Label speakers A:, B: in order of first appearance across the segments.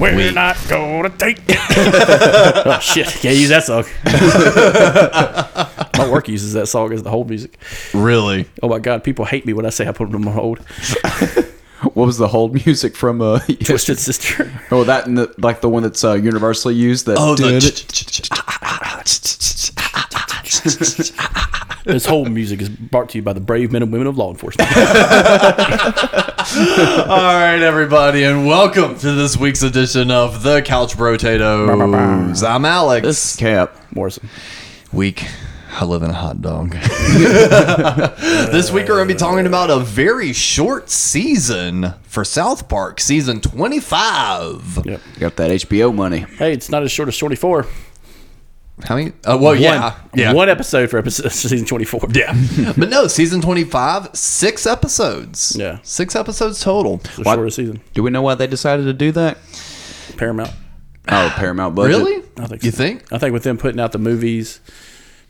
A: We're not gonna take it. oh shit! Can't use that song. my work uses that song as the whole music.
B: Really?
A: Oh my god, people hate me when I say I put them on hold.
C: What was the hold music from? Uh,
A: Twisted Sister.
C: oh, that and the, like the one that's uh, universally used. That
B: Oh, the
C: did it.
A: This whole music is brought to you by the brave men and women of law enforcement.
B: All right, everybody, and welcome to this week's edition of the Couch Potatoes. I'm Alex.
C: Cap.
A: Morrison.
B: week. I live in a hot dog. this week we're going to be talking about a very short season for South Park, season 25.
A: Yep.
C: Got that HBO money.
A: Hey, it's not as short as forty four.
B: How many? Uh, well, yeah. Yeah.
A: One episode for episode season twenty four.
B: Yeah. but no, season 25, six episodes.
A: Yeah.
B: Six episodes total.
A: The
C: What?
A: shortest season.
C: Do we know why they decided to do that?
A: Paramount.
C: Oh, Paramount budget.
B: Really?
A: I think
B: You
A: so.
B: think?
A: I think with them putting out the movies,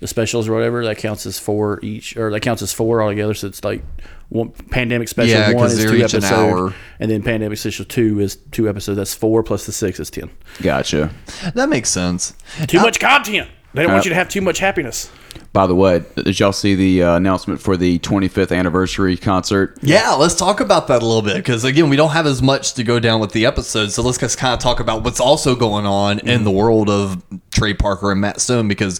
A: the specials or whatever, that counts as four each, or that counts as four altogether. So it's like one pandemic special
B: Yeah,
A: one
B: 'cause
A: is
B: they're
A: two
B: each an
A: episodes,
B: hour.
A: and then pandemic special two is two episodes. That's four plus the six is ten.
C: Gotcha.
B: That makes sense.
A: Too much content. They don't want
C: Uh,
A: you to have too much happiness.
C: By the way, did y'all see the uh, announcement for the 25th anniversary concert?
B: Yeah, let's talk about that a little bit because again, we don't have as much to go down with the episode, so let's just kind of talk about what's also going on
A: Mm.
B: in the world of Trey Parker and Matt Stone because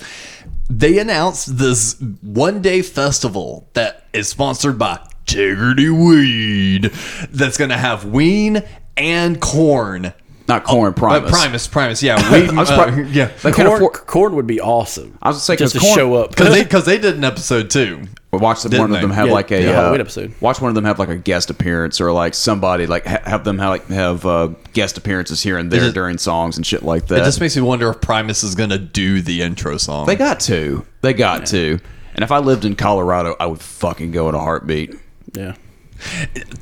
B: they announced this one-day festival that is sponsored by Integrity Weed that's going to have Ween and Corn.
C: Not Corn Primus.
B: Uh, Primus, Primus, yeah, Ween,
C: I was
B: uh,
C: pri-
B: yeah.
C: They can't
A: Corn,
C: afford.
A: corn would be awesome.
C: I was gonna say,
A: just
C: 'cause
A: to
C: corn-
A: show up.
B: Because they, 'cause they did an episode too.
C: Watch them,
B: Didn't
C: one of
B: they?
C: them have
A: Yeah,
C: like a
A: yeah,
C: uh,
A: Halloween episode.
C: Watch one of them have like a guest appearance or like somebody like ha- have them have like have uh, guest appearances here and there
B: just-
C: during songs and shit like
B: It
C: that.
B: just makes me wonder if Primus is going to do the intro song.
C: they got to. They got to. And if I lived in Colorado, I would fucking go in a heartbeat.
A: Yeah.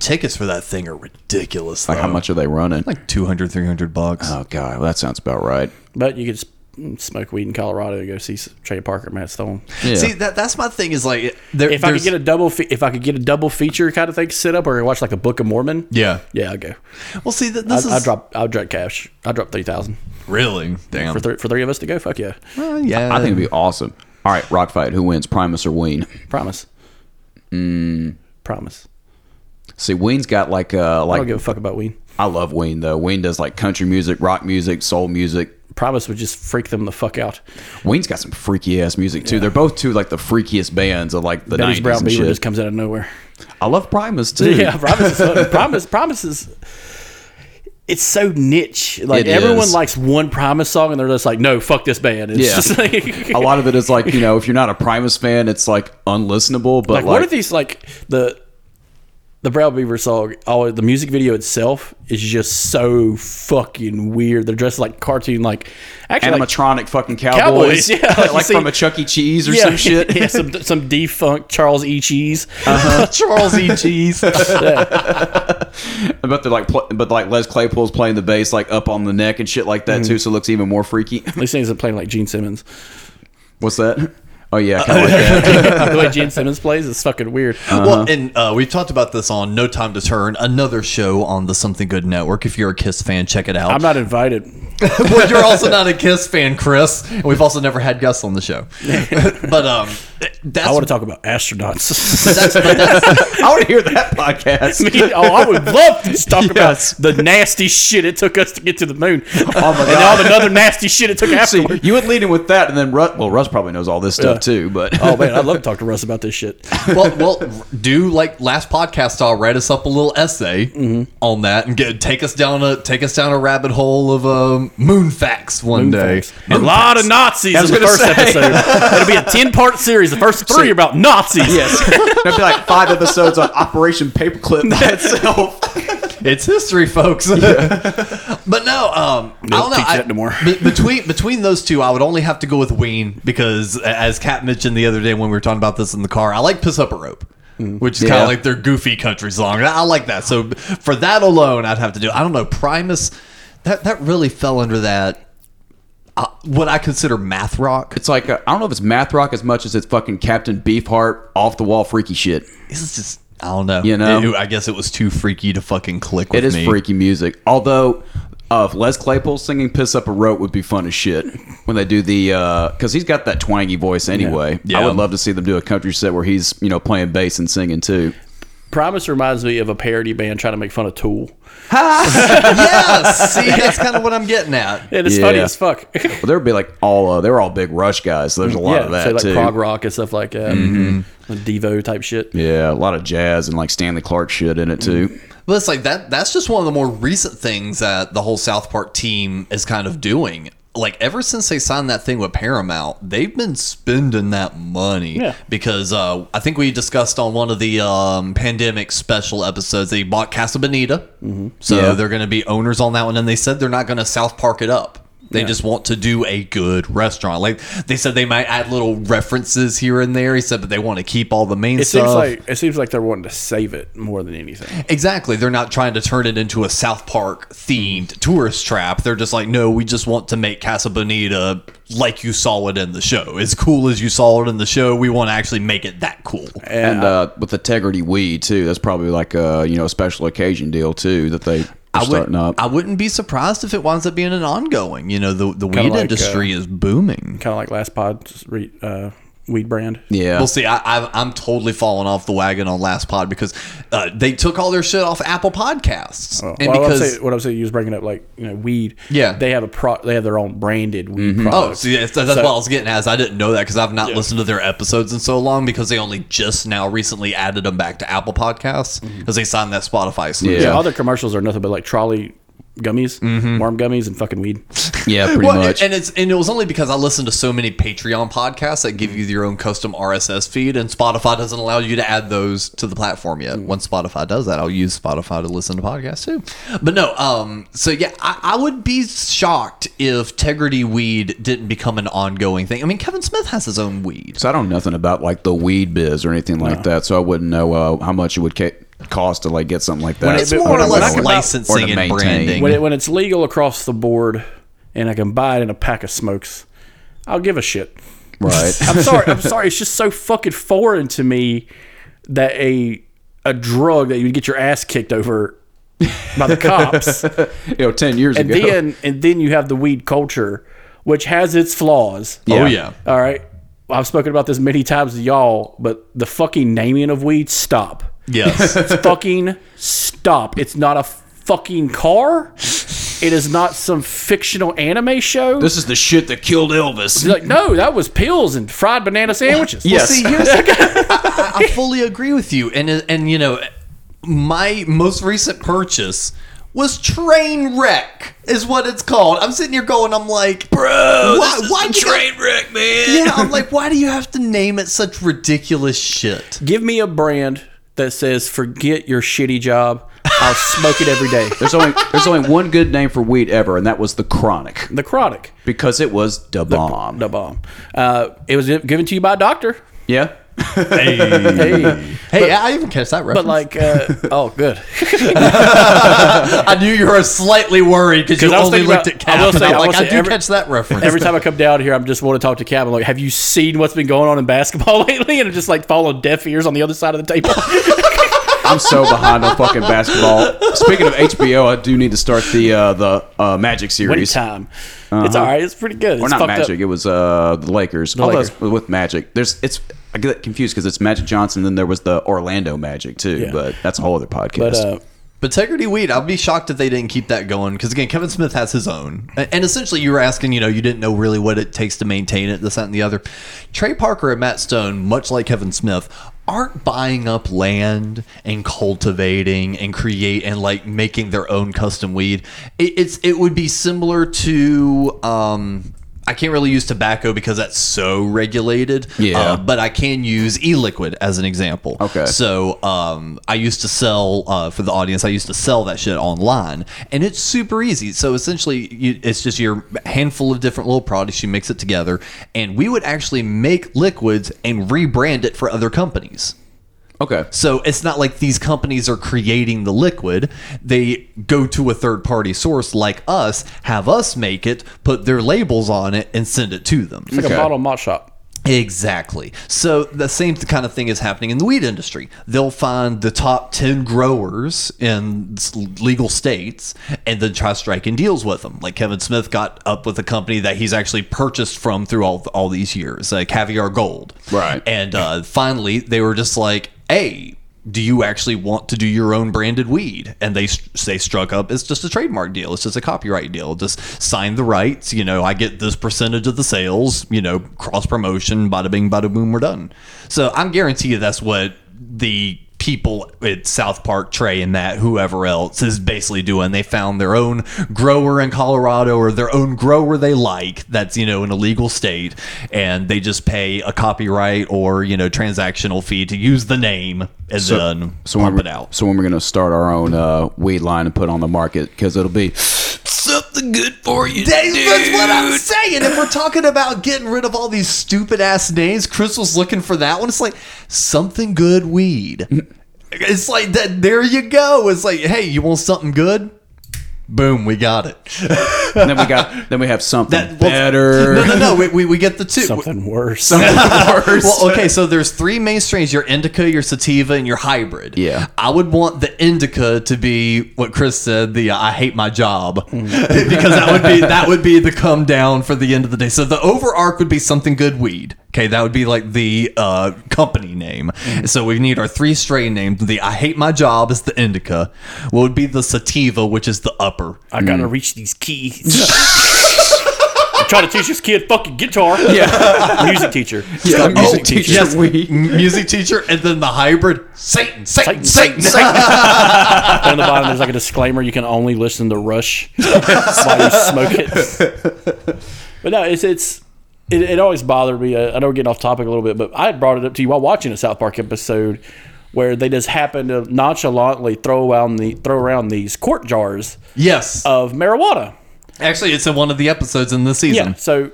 B: Tickets for that thing are ridiculous.
C: Like, how
B: though.
C: much are they running?
B: like 200 300 bucks
C: oh god, well, that sounds about right.
A: But you could s- mm, smoke weed in Colorado and go see s- Trey Parker, and Matt Stone.
C: Yeah.
B: see that that's my thing is like there,
A: If I could get a double, fe- if I could get a double feature kind of thing set up, or watch like a Book of Mormon,
B: yeah
A: yeah, I'll go.
B: well see that this
A: I,
B: is
A: I drop. I drop cash. I drop three thousand
B: really damn
A: for three for three of us to go. Fuck yeah,
B: Well, yeah
C: I think it'd be awesome. All right, rock fight. Who wins, Primus or Ween?
A: promise.
C: Mm.
A: Promise.
C: See, Ween's got like
A: I
C: uh like
A: don't give a fuck about weed.
C: I love Ween though. Ween does like country music, rock music, soul music.
A: Promise would just freak them the fuck out.
C: Ween's got some freaky ass music too. They're both two like the freakiest bands of like the
A: Betty's
C: nineties
A: brown
C: and
A: beaver
C: shit.
A: just comes out of nowhere.
C: I love Primus too.
A: Yeah, promise. Is fun. promise. Promise is. It's so niche. Like
C: It
A: everyone
C: is.
A: likes one promise song, and they're just like, "No, fuck this band." It's
C: Yeah.
A: just like,
C: A lot of it is like you know if you're not a Primus fan, it's like unlistenable. But
A: like,
C: like,
A: what are these like the the Brown Beaver song? Oh, the music video itself is just so fucking weird. They're dressed like cartoon, like actually like,
C: animatronic fucking cowboys,
A: Cowboys, yeah, like
C: like,
A: you see-
C: from a Chuck E. Cheese or some shit. Uh-huh.
A: yeah, some some defunct Charles E. Cheese.
B: charles e cheese
C: But they're like, pl- but like Les Claypool's playing the bass like up on the neck and shit like that
A: Mm-hmm.
C: too, so it looks even more freaky.
A: At least he's playing like Gene Simmons.
C: What's that? Oh yeah, kind of like that.
A: the way Gene Simmons plays is fucking weird.
B: well and uh, we've talked about this on no time to turn another show on the something good network if you're a kiss fan check it out
A: I'm not invited.
B: well, you're also not a kiss fan chris and we've also never had gus on the show but um that's
A: I want to talk about astronauts.
B: that's, but that's
C: I want to hear that podcast.
A: oh, I would love to talk
C: Yes. Oh
A: about the nasty shit it took us to get to the moon. And all the other nasty shit it took
C: See,
A: afterwards.
C: you would lead in with that, and then Russ. Well, Russ probably knows all this stuff
A: Yeah.
C: too, but
A: Oh man, I'd love to talk to Russ about this shit.
B: well, well, do like last podcast. I'll write us up a little essay on that and get take us down a take us down a rabbit hole of um, moon facts one day.
A: A lot of Nazis in the
C: gonna
A: first
C: say.
A: episode. It'll be a ten part series. The first first three are about Nazis.
C: Yes. That'd be like five episodes on Operation Paperclip by itself.
B: It's history, folks. but no, um, I don't know.
A: teach
B: I-
A: that no more.
B: be- between between those two, I would only have to go with Ween because, a- as Kat mentioned the other day when we were talking about this in the car, I like "Piss Up a Rope," which is kind
C: Mm. Yeah.
B: of like their goofy country song. I I like that. So for that alone, I'd have to do. I don't know Primus. That that really fell under that. Uh, what I consider math rock.
C: It's like, uh, I don't know if it's math rock as much as it's fucking Captain Beefheart off the wall freaky shit.
B: It's just I don't know.
C: You know?
B: It- I guess it was too freaky to fucking click with
C: It is
B: me.
C: freaky music. Although, uh, if Les Claypool singing "Piss Up a Rope" would be fun as shit when they do the because he's got that twangy voice anyway.
B: Yeah.
C: I
B: Yeah.
C: would love to see them do a country set where he's you know playing bass and singing too.
A: Primus reminds me of a parody band trying to make fun of Tool.
B: yeah, see, that's kind of what I'm getting at.
A: And it's funny
C: Yeah.
A: as fuck.
C: But there would be like all uh, they were all big Rush guys. So there's a lot
A: yeah,
C: of that
A: so like
C: too.
A: prog rock and stuff like that, mm Devo type shit.
C: yeah, a lot of jazz and like Stanley Clark shit in it too.
B: But it's like that that's just one of the more recent things that the whole South Park team is kind of doing. Like ever since they signed that thing with Paramount, they've been spending that money
A: Yeah.
B: because uh, I think we discussed on one of the um, pandemic special episodes they bought Casa Bonita,
A: Mm-hmm.
B: so
C: Yeah.
B: they're going to be owners on that one, and they said they're not going to South Park it up. They just want to do a good restaurant. Like they said, they might add little references here and there. He said, but they want to keep all the main
A: It
B: stuff.
A: seems like it seems like they're wanting to save it more than anything.
B: Exactly. They're not trying to turn it into a South Park themed tourist trap. They're just like, no, we just want to make Casa Bonita like you saw it in the show. As cool as you saw it in the show, we want to actually make it that cool.
C: And uh, with Integrity Weed too, that's probably like a you know a special occasion deal too that they are
B: I
C: starting
B: wouldn't,
C: up.
B: I wouldn't be surprised if it winds up being an ongoing. You know, the, the weed
A: like,
B: industry
C: uh,
B: is booming.
A: Kind of like last pod re, uh, weed brand.
C: yeah,
B: We'll see. I, I, I'm totally falling off the wagon on Last Pod because uh, they took all their shit off Apple Podcasts.
A: Oh,
B: and
A: well,
B: because
A: what, I'm saying, what I'm saying, you was bringing up like you know weed.
B: Yeah.
A: they have a pro. They have their own branded weed
B: Oh,
A: products.
B: so yeah, that's, that's what I was getting at. Is I didn't know that because I've not listened to their episodes in so long because they only just now recently added them back to Apple Podcasts because they signed that Spotify. exclusive.
A: yeah.
C: yeah.
A: All their commercials are nothing but like trolley gummies, worm gummies, and fucking weed.
C: yeah, pretty
B: Well,
C: much.
B: and it's and it was only because I listened to so many Patreon podcasts that give you your own custom RSS feed, and Spotify doesn't allow you to add those to the platform yet. Once Spotify does that, I'll use Spotify to listen to podcasts too. But no, um, so yeah, I, I would be shocked if Tegrity Weed didn't become an ongoing thing. I mean, Kevin Smith has his own weed.
C: So I don't know nothing about like the weed biz or anything like that. So I wouldn't know uh, how much it would ca- cost to like get something like that.
B: It's more or
C: don't
B: less
C: know. Or
B: licensing
C: to
B: and
C: maintain.
B: branding.
A: When it, when it's legal across the board, and I can buy it in a pack of smokes, I'll give a shit.
C: right?
A: I'm sorry. I'm sorry. It's just so fucking foreign to me that a a drug that you would get your ass kicked over by the cops, and
C: you know, ten years ago.
A: then and then you have the weed culture, which has its flaws.
B: Oh yeah.
A: All right. I've spoken about this many times to y'all, but the fucking naming of weed, stop.
B: Yes.
A: fucking stop. It's not a fucking car. It is not some fictional anime show.
C: this is the shit that killed Elvis.
A: like, no, that was pills and fried banana sandwiches.
B: Well, see, here's I, I fully agree with you, and and you know, my most recent purchase was train wreck is what it's called. I'm sitting here going, I'm like, bro, why, why do you-
C: wreck, man.
B: Yeah, I'm like, why do you have to name it such ridiculous shit?
A: Give me a brand that says forget your shitty job. I'll smoke it every day.
C: There's only there's only one good name for weed ever, and that was the Chronic
A: The chronic,
C: because it was da bomb.
A: the bomb. Uh, it was given to you by a doctor.
C: yeah,
A: Hey,
B: Hey, I even catch that reference.
A: but like, uh, oh, good.
B: I knew you were slightly worried because you
A: I was
B: only
A: thinking
B: looked
A: about-
B: at Cap.
A: I will
B: and
A: say-
B: I'm
A: I will
B: like, I,
A: say
B: do
A: every-
B: catch that reference.
A: Every time I come down here, I'm just want to talk to Cab. I'm like, have you seen what's been going on in basketball lately? And I'm just like falling deaf ears on the other side of the table.
C: I'm so behind on fucking basketball. Speaking of HBO, I do need to start the uh, the uh, Magic
A: Winning
C: series.
A: time. It's all right. It's pretty good.
C: Or
A: it's
C: not
A: fucked
C: Magic.
A: Up.
C: It was uh, the Lakers. Although
A: Lakers.
C: it's with Magic, there's it's I get confused because it's Magic Johnson. Then there was the Orlando Magic too,
A: Yeah.
C: but that's a whole other podcast.
A: But uh,
B: But Tegrity Weed, I'd be shocked if they didn't keep that going because again, Kevin Smith has his own, A- and essentially you were asking, you know, you didn't know really what it takes to maintain it, this, that, and the other. Trey Parker and Matt Stone, much like Kevin Smith, aren't buying up land and cultivating and create and like making their own custom weed. It, it's it would be similar to. Um, I can't really use tobacco because that's so regulated. Um,
C: Yeah.
B: but I can use e-liquid as an example.
C: Okay.
B: So um, I used to sell uh, for the audience. I used to sell that shit online, and it's super easy. So essentially, you, it's just your handful of different little products. You mix it together, and we would actually make liquids and rebrand it for other companies.
C: Okay.
B: So it's not like these companies are creating the liquid. They go to a third party source like us, have us make it, put their labels on it, and send it to them.
A: Like
C: Okay.
A: a bottle malt shop.
B: Exactly. So the same th- kind of thing is happening in the weed industry. They'll find the top 10 growers in s- legal states and then try striking deals with them. Like Kevin Smith got up with a company that he's actually purchased from through all, all these years, uh, Caviar Gold.
C: Right.
B: And uh, finally, they were just like, hey, do you actually want to do your own branded weed? And they s- they struck up. It's just a trademark deal. It's just a copyright deal. Just sign the rights. You know, I get this percentage of the sales. You know, cross promotion. Bada bing, bada boom. We're done. So I'm guarantee you that's what the people at South Park, Trey and Matt, whoever else is basically doing. They found their own grower in Colorado or their own grower they like that's, you know, an illegal state, and they just pay a copyright or, you know, transactional fee to use the name and then
C: So when
B: pump
C: we're,
B: it out.
C: so when we're gonna start our own uh, weed line and put on the market because it'll be something good for you.
B: Dave, that's what I'm
C: dude.
B: saying. If we're talking about getting rid of all these stupid ass names, Chris was looking for that one. It's like something good weed. It's like that. There you go. It's like, hey, you want something good? Boom, we got it.
C: And then we got then we have something
B: That- well,
C: better.
B: No, no, no. We, we, we get the two.
A: Something worse.
C: worse.
B: Well, okay, so there's three main strains: your indica, your sativa, and your hybrid.
C: Yeah.
B: I would want the indica to be what Chris said: the uh, "I hate my job," because that would be that would be the come down for the end of the day. So the over arc would be something good weed. Okay, that would be like the uh, company name.
C: Mm-hmm.
B: So we need our three strain names. The "I hate my job" is the indica. What would be the sativa, which is the upper?
A: I gotta reach these keys. I'm trying to teach this kid fucking guitar.
C: Yeah.
A: Music teacher.
C: Yeah,
B: Oh,
C: music teacher
B: yes,
C: weed.
B: music teacher, and then the hybrid Satan, Satan, Satan.
A: Satan,
B: Satan.
A: On the bottom, there's like a disclaimer: you can only listen to Rush while you smoke it. But no, it's it's it, it always bothered me. Uh, I know we're getting off topic a little bit, but I had brought it up to you while watching a South Park episode where they just happened to nonchalantly throw around the throw around these quart jars
C: Uh,
B: Yes.
A: of marijuana.
B: Actually, it's in one of the episodes in this
A: Yeah.
B: season.
A: So,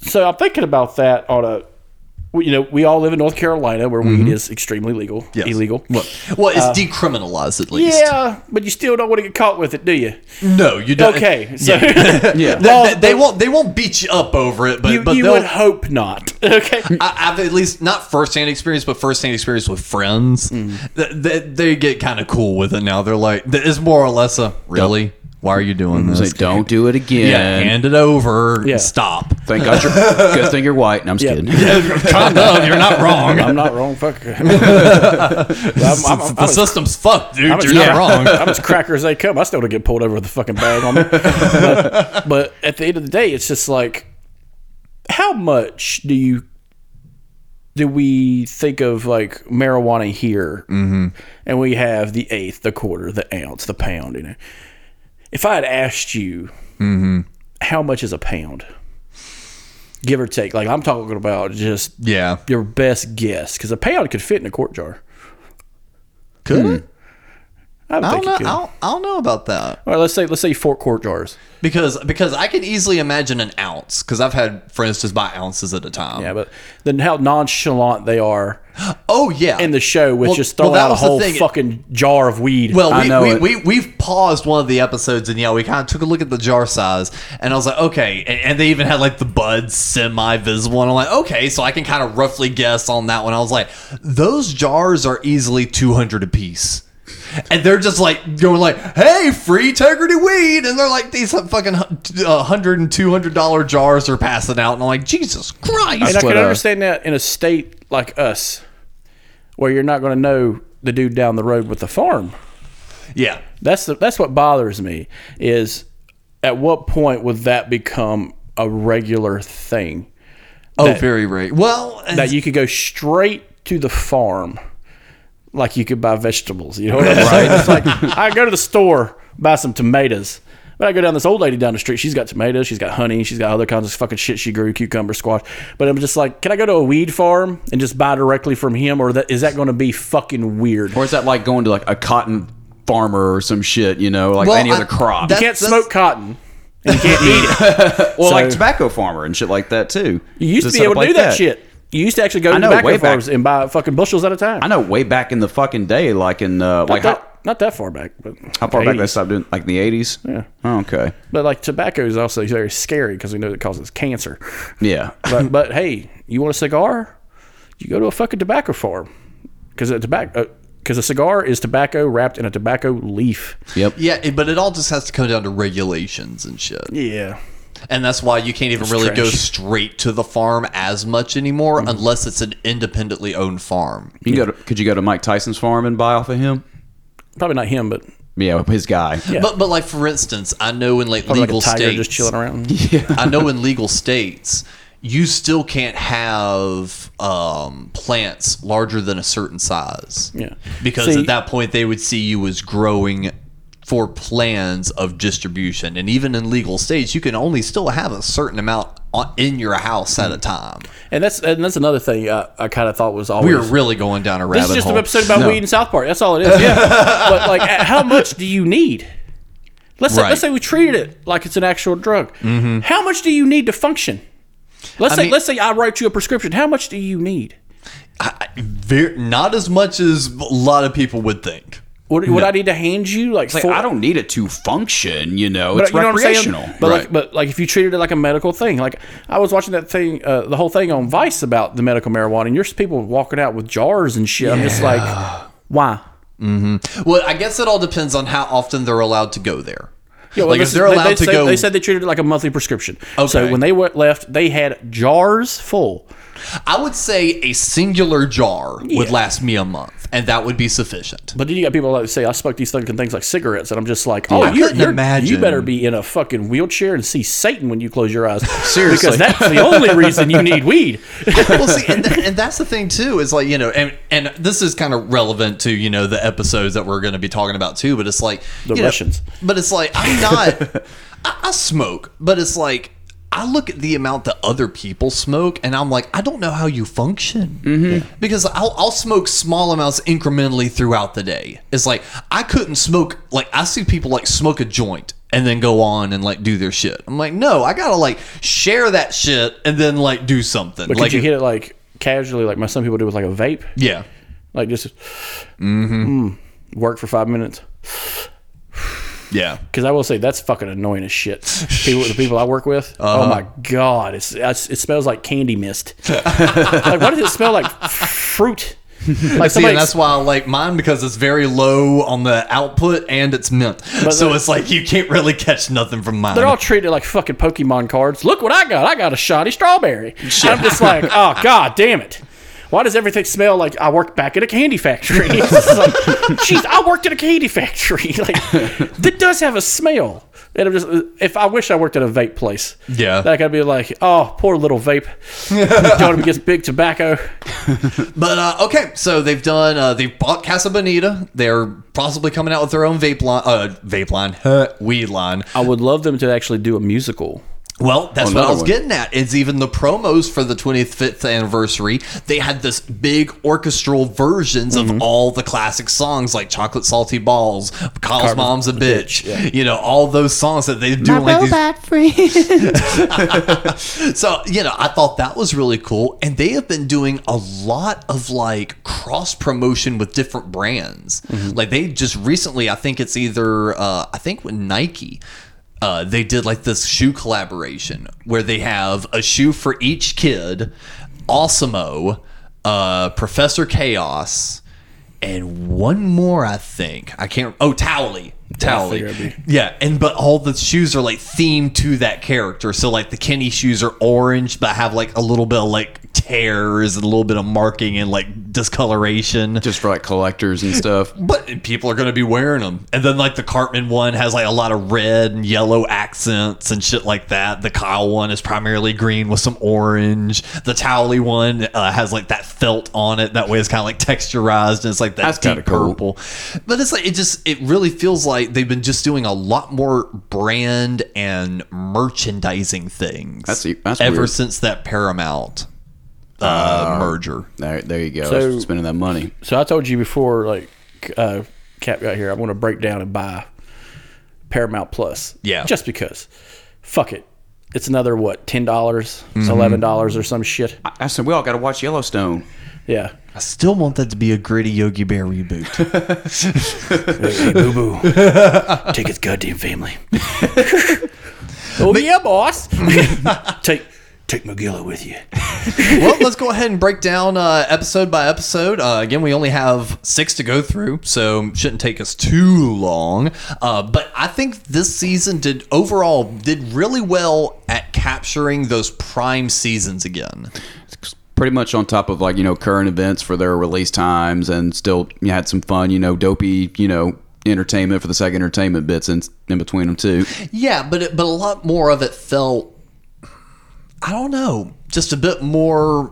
A: so I'm thinking about that on a, well, you know, we all live in North Carolina where weed is extremely legal,
B: Mm-hmm. Yes.
A: illegal.
B: Well, well it's decriminalized at least.
A: Uh, Yeah, but you still don't want to get caught with it, do you?
B: No, you don't.
A: Okay, so
C: Yeah.
B: They-
A: Well,
B: they, they
A: but-
B: won't. They won't beat you up over it, but
A: you,
B: but
A: you
B: they'll.
A: would hope not. Okay,
B: I, I've at least not firsthand experience, but firsthand experience with friends.
A: Mm.
B: Th- They, they get kind of cool with it now. They're like, th- it's more or less a really. Why are you
A: Mm-hmm.
B: doing this?
C: It's like, don't do it again.
B: yeah, hand it over.
A: Yeah.
B: Stop.
C: Thank God you're good thing you're white. And I'm just
A: Yeah.
C: kidding.
B: Calm down. You're not wrong.
A: I'm not wrong, fucker. I'm, I'm, I'm,
B: the
A: I'm, as,
B: system's fucked, dude.
A: I'm as
B: You're
A: crack-
B: not wrong.
A: I'm as cracker as they come. I still don't get pulled over with a fucking bag on me. But, but at the end of the day, it's just like, how much do you do we think of like marijuana here? Mm-hmm. And we have the eighth, the quarter, the ounce, the pound. You know, if I had asked you,
B: Mm-hmm.
A: how much is a pound, give or take? Like I'm talking about just
B: Yeah.
A: your best guess because a pound could fit in a quart jar. Hmm.
B: Could it?
A: I, would
B: I
A: think
B: don't know.
A: it
B: I
A: could.
B: don't, I don't know about that.
A: All right, let's say let's say four quart jars.
B: because because I can easily imagine an ounce because I've had friends just buy ounces at a time.
A: Yeah, but then how nonchalant they are
B: Oh yeah.
A: in the show with
B: Well-
A: just
B: well,
A: throwing
B: that
A: out a
B: was the
A: whole
B: thing.
A: fucking jar of weed.
B: well,
C: I
B: we,
C: know
B: we,
C: it.
B: we, we've paused one of the episodes and yeah, we kind of took a look at the jar size and I was like, okay. And, and they even had like the buds semi visible. And I'm like, okay. So I can kind of roughly guess on that one. I was like, those jars are easily 200 apiece, And they're just like going like, hey, free integrity weed. And they're like, these fucking hu- uh, 100 and $200 jars are passing out. And I'm like, Jesus Christ.
A: and I
C: what,
A: can
C: uh,
A: understand that in a state like us, where you're not going to know the dude down the road with the farm.
B: yeah.
A: That's the, that's what bothers me is at what point would that become a regular thing
B: Oh,
A: that-
B: very rare. Well, and-
A: that you could go straight to the farm, like you could buy vegetables. You know what I'm saying? It's like I go to the store buy some tomatoes. But But I go down this old lady down the street. She's got tomatoes, she's got honey, she's got other kinds of fucking shit she grew, cucumber, squash. But I'm just like, can I go to a weed farm and just buy directly from him, or that is that going to be fucking weird?
C: Or is that like going to like a cotton farmer or some shit? You know, like
B: Well,
C: any
B: I-
C: other crop.
A: You
B: that-
A: can't
B: that's-
A: smoke cotton. And you can't eat it.
C: well, like
A: so-
C: tobacco farmer and shit like that too.
A: You used
C: Is
A: to be
C: it set
A: able
C: up
A: to
C: like
A: do that, shit. You used to actually go to
C: know,
A: tobacco
C: way back-
A: farms and buy fucking bushels at a time.
C: I know. Way back in the fucking day, like in uh, like how,
A: that, not that far back, but
C: how far back they
A: 80s.
C: stopped doing, like in the eighties. Yeah. Oh, okay.
A: But like tobacco is also very scary because we know it causes cancer.
C: Yeah.
A: But but hey, you want a cigar? You go to a fucking tobacco farm because a tobacco because a cigar is tobacco wrapped in a tobacco leaf.
C: Yep.
B: Yeah, it- but it all just has to come down to regulations and shit.
A: Yeah.
B: And that's why you can't even really go
A: trash. Mm-hmm.
B: straight to the farm as much anymore unless it's an independently owned farm.
C: You can go to, could you go to Mike Tyson's farm and buy off of him?
A: Probably not him, but
C: Yeah, his guy.
B: But but like for instance, I know in like
A: probably like
B: legal
A: a tiger
B: states
A: just chilling around.
B: I know in legal states, you still can't have um, plants larger than a certain size.
A: Yeah.
B: Because
A: See-
B: at that point, they would see you as growing for plans of distribution. And even in legal states, you can only still have a certain amount on, in your house
A: Mm-hmm.
B: at a time.
A: And that's and that's another thing I, I kind of thought was always.
B: We are really going down a rabbit
A: this is just
B: hole.
A: an episode about weed in South Park. That's all it is. Yeah. but like, a- how much do you need? Let's say,
B: Right.
A: let's say we treated it like it's an actual drug. How much do you need to function? Let's say
B: mean-
A: let's say I write you a prescription. How much do you need?
B: Ver- not as much as a lot of people would think.
A: Would, would I need to hand you like,
C: Like
A: four-
C: I don't need it to function. You know,
A: but
C: it's
A: you know what I'm saying?
C: recreational.
A: But like, but like if you treated it like a medical thing, like I was watching that thing, uh, the whole thing on Vice about the medical marijuana, and there's people walking out with jars and shit. I'm just like, why?
B: Well, I guess it all depends on how often they're allowed to go there.
A: Yeah, well,
B: like
A: this
B: if they're
A: is- they-
B: allowed
A: they
B: to
A: say-
B: go,
A: They said they treated it like a monthly prescription. So
B: Okay.
A: when they went left, they had jars full.
B: I would say a singular jar would last me a month, and that would be sufficient.
A: But then you got people that say I smoke these fucking things like cigarettes, and I'm just like, oh,
B: I
A: you,
B: couldn't
A: you're, you
B: imagine.
A: better be in a fucking wheelchair and see Satan when you close your eyes.
C: Seriously.
A: because that's the only reason you need weed.
B: well, see, and, th- and that's the thing too is like you know, and and this is kind of relevant to you know the episodes that we're going to be talking about too. But it's like
A: The
B: you know,
A: Russians.
B: but it's like I'm not. I, I smoke, but it's like. I look at the amount that other people smoke, and I'm like, I don't know how you function
A: Mm-hmm.
B: because I'll, I'll smoke small amounts incrementally throughout the day. It's like I couldn't smoke like I see people like smoke a joint and then go on and like do their shit. I'm like, no, I gotta like share that shit and then like do something.
A: But
B: like
A: could you hit it like casually, like my some people do with like a vape,
B: yeah.
A: like just
B: Mm-hmm.
A: mm, work for five minutes.
B: Yeah.
A: Because I will say that's fucking annoying as shit. People, the people I work with,
B: Uh-huh.
A: oh my god, it's, it's it smells like candy mist. like why does it smell like fruit? Like
B: See,
A: somebody-
B: and that's why I like mine because it's very low on the output and it's mint. so
A: they're-
B: it's like you can't really catch nothing from mine.
A: They're all treated like fucking Pokemon cards. Look what I got. I got a shiny strawberry. And I'm just like, oh, god damn it. Why does everything smell like I worked back at a candy factory? It's just like, Jeez, I worked at a candy factory. Like, that does have a smell. And I'm just, if I wish I worked at a vape place,
B: Yeah.
A: that could be like, oh, poor little vape, going up against big tobacco.
B: But uh, okay, so they've done. Uh, they've bought Casa Bonita. They're possibly coming out with their own vape line. Uh, vape line, weed line.
A: I would love them to actually do a musical.
B: Well, that's what I
C: Oh, Another
B: was
C: one.
B: getting at. It's even the promos for the 25th anniversary. They had this big orchestral versions
C: Mm-hmm.
B: of all the classic songs, like "Chocolate Salty Balls," "Kyle's Mom's a Bitch," you know, all those songs that they do like these So, you know, I thought that was really cool. And they have been doing a lot of like cross promotion with different brands. Like they just recently, I think it's either, uh, I think with Nike. Uh, they did like this shoe collaboration where they have a shoe for each kid, Awesomeo, uh, Professor Chaos, and one more I think I can't. Oh,
A: I
B: Towley,
A: figured
B: Towley,
A: it'd
B: yeah. And but all the shoes are like themed to that character. So like the Kenny shoes are orange, but have like a little bit of like tears and a little bit of marking and like discoloration.
C: just for like collectors and stuff.
B: But people are going to be wearing them. And then like the Cartman one has like a lot of red and yellow accents and shit like that. The Kyle one is primarily green with some orange. The Towley one uh, has like that felt on it. That way it's kind of like texturized and it's like that
C: That's
B: deep
C: kinda cool.
B: purple. But it's like it just it really feels like they've been just doing a lot more brand and merchandising things.
C: That's- that's
B: ever
C: weird.
B: since that Paramount uh, merger.
C: There, there you go.
A: So-
C: spending that money.
A: So I told you before, like uh, Cap got here, I'm going to break down and buy Paramount Plus.
B: Yeah.
A: just because. Fuck it. It's another what ten dollars, eleven dollars, or some shit.
C: I, I said we all got to watch Yellowstone.
A: Yeah.
B: I still want that to be a gritty Yogi Bear reboot.
A: Hey, boo boo, take his goddamn family. oh yeah, boss. take take Magilla with you.
B: well, let's go ahead and break down uh, episode by episode. Uh, again, we only have six to go through, so shouldn't take us too long. Uh, but I think this season did overall did really well at capturing those prime seasons again.
C: Pretty much on top of like you know current events for their release times, and still you had some fun. You know, dopey. You know, entertainment for the second entertainment bits in, in between them too.
B: Yeah, but it, but a lot more of it felt, I don't know, just a bit more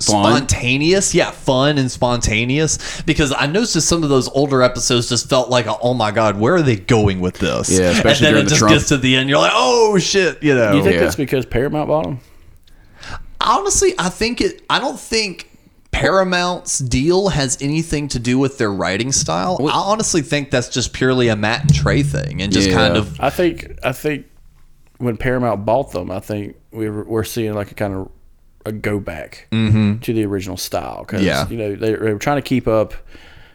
C: Fun.
B: spontaneous. Yeah, fun and spontaneous. Because I noticed that some of those older episodes just felt like, a, oh my god, where are they going with this?
C: Yeah, especially
B: and then
C: during
B: it
C: the
B: just
C: Trump-
B: gets to the end, you're like, oh shit, you know.
A: You think
C: yeah.
A: that's because Paramount bought him?
B: Honestly, I think it. I don't think. Paramount's deal has anything to do with their writing style. I honestly think that's just purely a Matt and Trey thing, and just
C: Yeah.
B: kind of
A: I think I think when Paramount bought them, I think we were, we're seeing like a kind of a go back to the original style because
B: Yeah.
A: you know they, they were trying to keep up,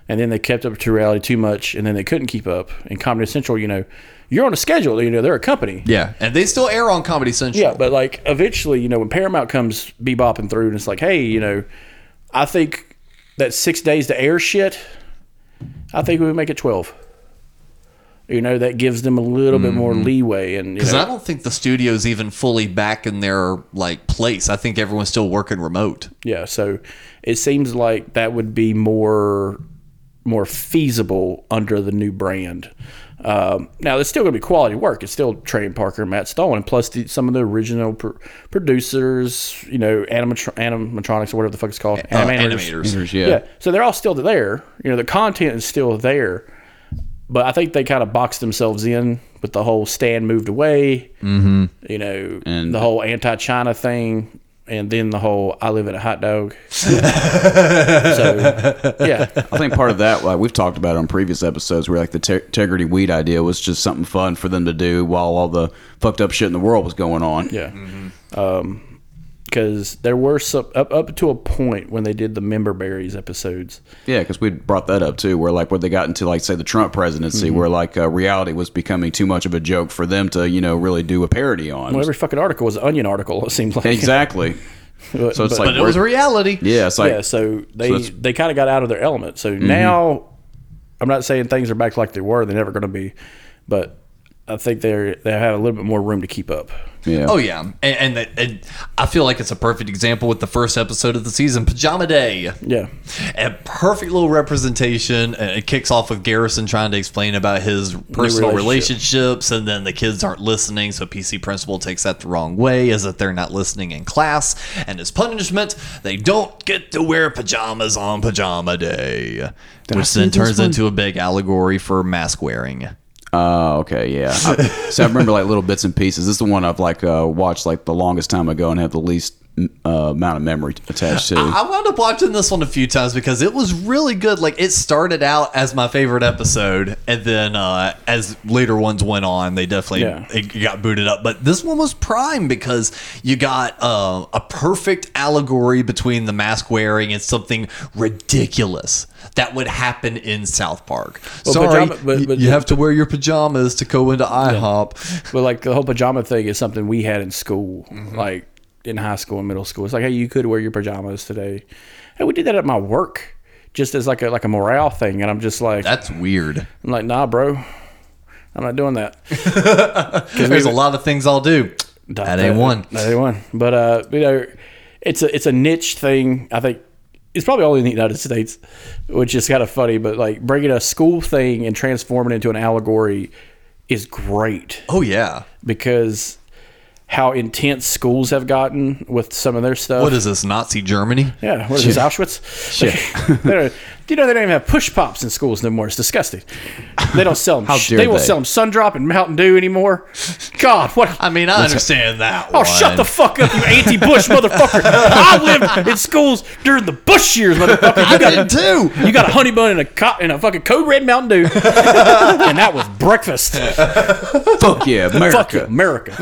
A: and then they kept up to reality too much, and then they couldn't keep up. And Comedy Central, you know, you're on a schedule. You know, they're a company.
B: yeah, and they still air on Comedy Central.
A: Yeah, but like eventually, you know, when Paramount comes bebopping through and it's like, hey, you know, I think that six days to air shit, I think we would make it 12. You know, that gives them a little bit more leeway. And, you
B: Because I
A: know,
B: don't think the studio's even fully back in their like place. I think everyone's still working remote.
A: yeah, so it seems like that would be more more feasible under the new brand. Um, now, it's still going to be quality work. It's still Trey and Parker and Matt Stone, and plus the, some of the original pr- producers, you know, animatro- animatronics or whatever the fuck it's called.
B: Uh,
A: Animators.
B: animators.
C: Yeah.
A: yeah. So they're all still there. You know, the content is still there. But I think they kind of boxed themselves in with the whole stand moved away, mm-hmm. you know,
C: And-
A: the whole anti China thing, and then the whole I live in a hot dog. so, yeah.
C: I think part of that, like we've talked about on previous episodes, where like the te- integrity weed idea was just something fun for them to do while all the fucked up shit in the world was going on.
A: Yeah.
C: Mm-hmm.
A: Because there were some, up, up to a point when they did the member berries episodes.
C: Yeah, because we brought that up too, where like where they got into like say the Trump presidency,
A: Mm-hmm.
C: where like uh, reality was becoming too much of a joke for them to you know really do a parody on.
A: Well, every fucking article was an onion article, it seemed like.
C: exactly.
A: But-
C: So it's
A: but-
C: like
B: But it was
C: we're-
B: reality.
C: yeah, it's like
A: yeah, so they
C: that's-
A: they kind of got out of their element. So now, I'm not saying things are back like they were; they're never going to be, but I think they they have a little bit more room to keep up.
C: yeah.
B: Oh yeah, and, and, that- and I feel like it's a perfect example with the first episode of the season, Pajama Day.
A: Yeah,
B: A perfect little representation. and It kicks off with Garrison trying to explain about his personal
A: relationship.
B: relationships, and then the kids aren't listening. So PC principal takes that the wrong way, is that they're not listening in class, and as punishment, they don't get to wear pajamas on Pajama Day, which then turns into a big allegory for mask wearing.
C: Oh, okay, yeah. I, so I remember like little bits and pieces. This is the one I've like uh, watched like the longest time ago and have the least mm, uh, amount of memory attached to.
B: I wound up watching this one a few times because it was really good. Like it started out as my favorite episode, and then uh, as later ones went on, they definitely
A: Yeah.
B: it got booted up. But this one was prime because you got uh, a perfect allegory between the mask wearing and something ridiculous that would happen in South Park. Sorry,
A: pajama- but-
B: y-
A: but-
B: you have to wear your pajamas to go into IHOP.
A: but like the whole pajama thing is something we had in school, like in high school and middle school. It's like, hey, you could wear your pajamas today. Hey, we did that at my work, just as like a like a morale thing, and I'm just like,
B: That's weird.
A: I'm like, nah, bro, I'm not doing that.
B: There's a lot of things I'll do. That ain't one.
A: That ain't one. But uh, you know, it's a it's a niche thing. I think it's probably only in the United States, which is kind of funny. But like bringing a school thing and transforming it into an allegory is great
B: Oh yeah.
A: because how intense schools have gotten with some of their stuff.
B: What is this Nazi Germany?
A: Yeah, what is this, Auschwitz? They don't- Do you know they don't even have push pops in schools no more? It's disgusting. They don't sell them. How
C: dare
A: they won't
C: they.
A: sell them Sun Drop and Mountain Dew anymore. God, what?
B: I mean, I understand that.
A: oh, shut the fuck up, you anti-Bush motherfucker! I lived in schools during the Bush years, motherfucker. You got,
B: did too.
A: you got a honey bun and a co- and a fucking code red Mountain Dew, and that was breakfast.
C: Fuck yeah, America.
A: Fuck you, America.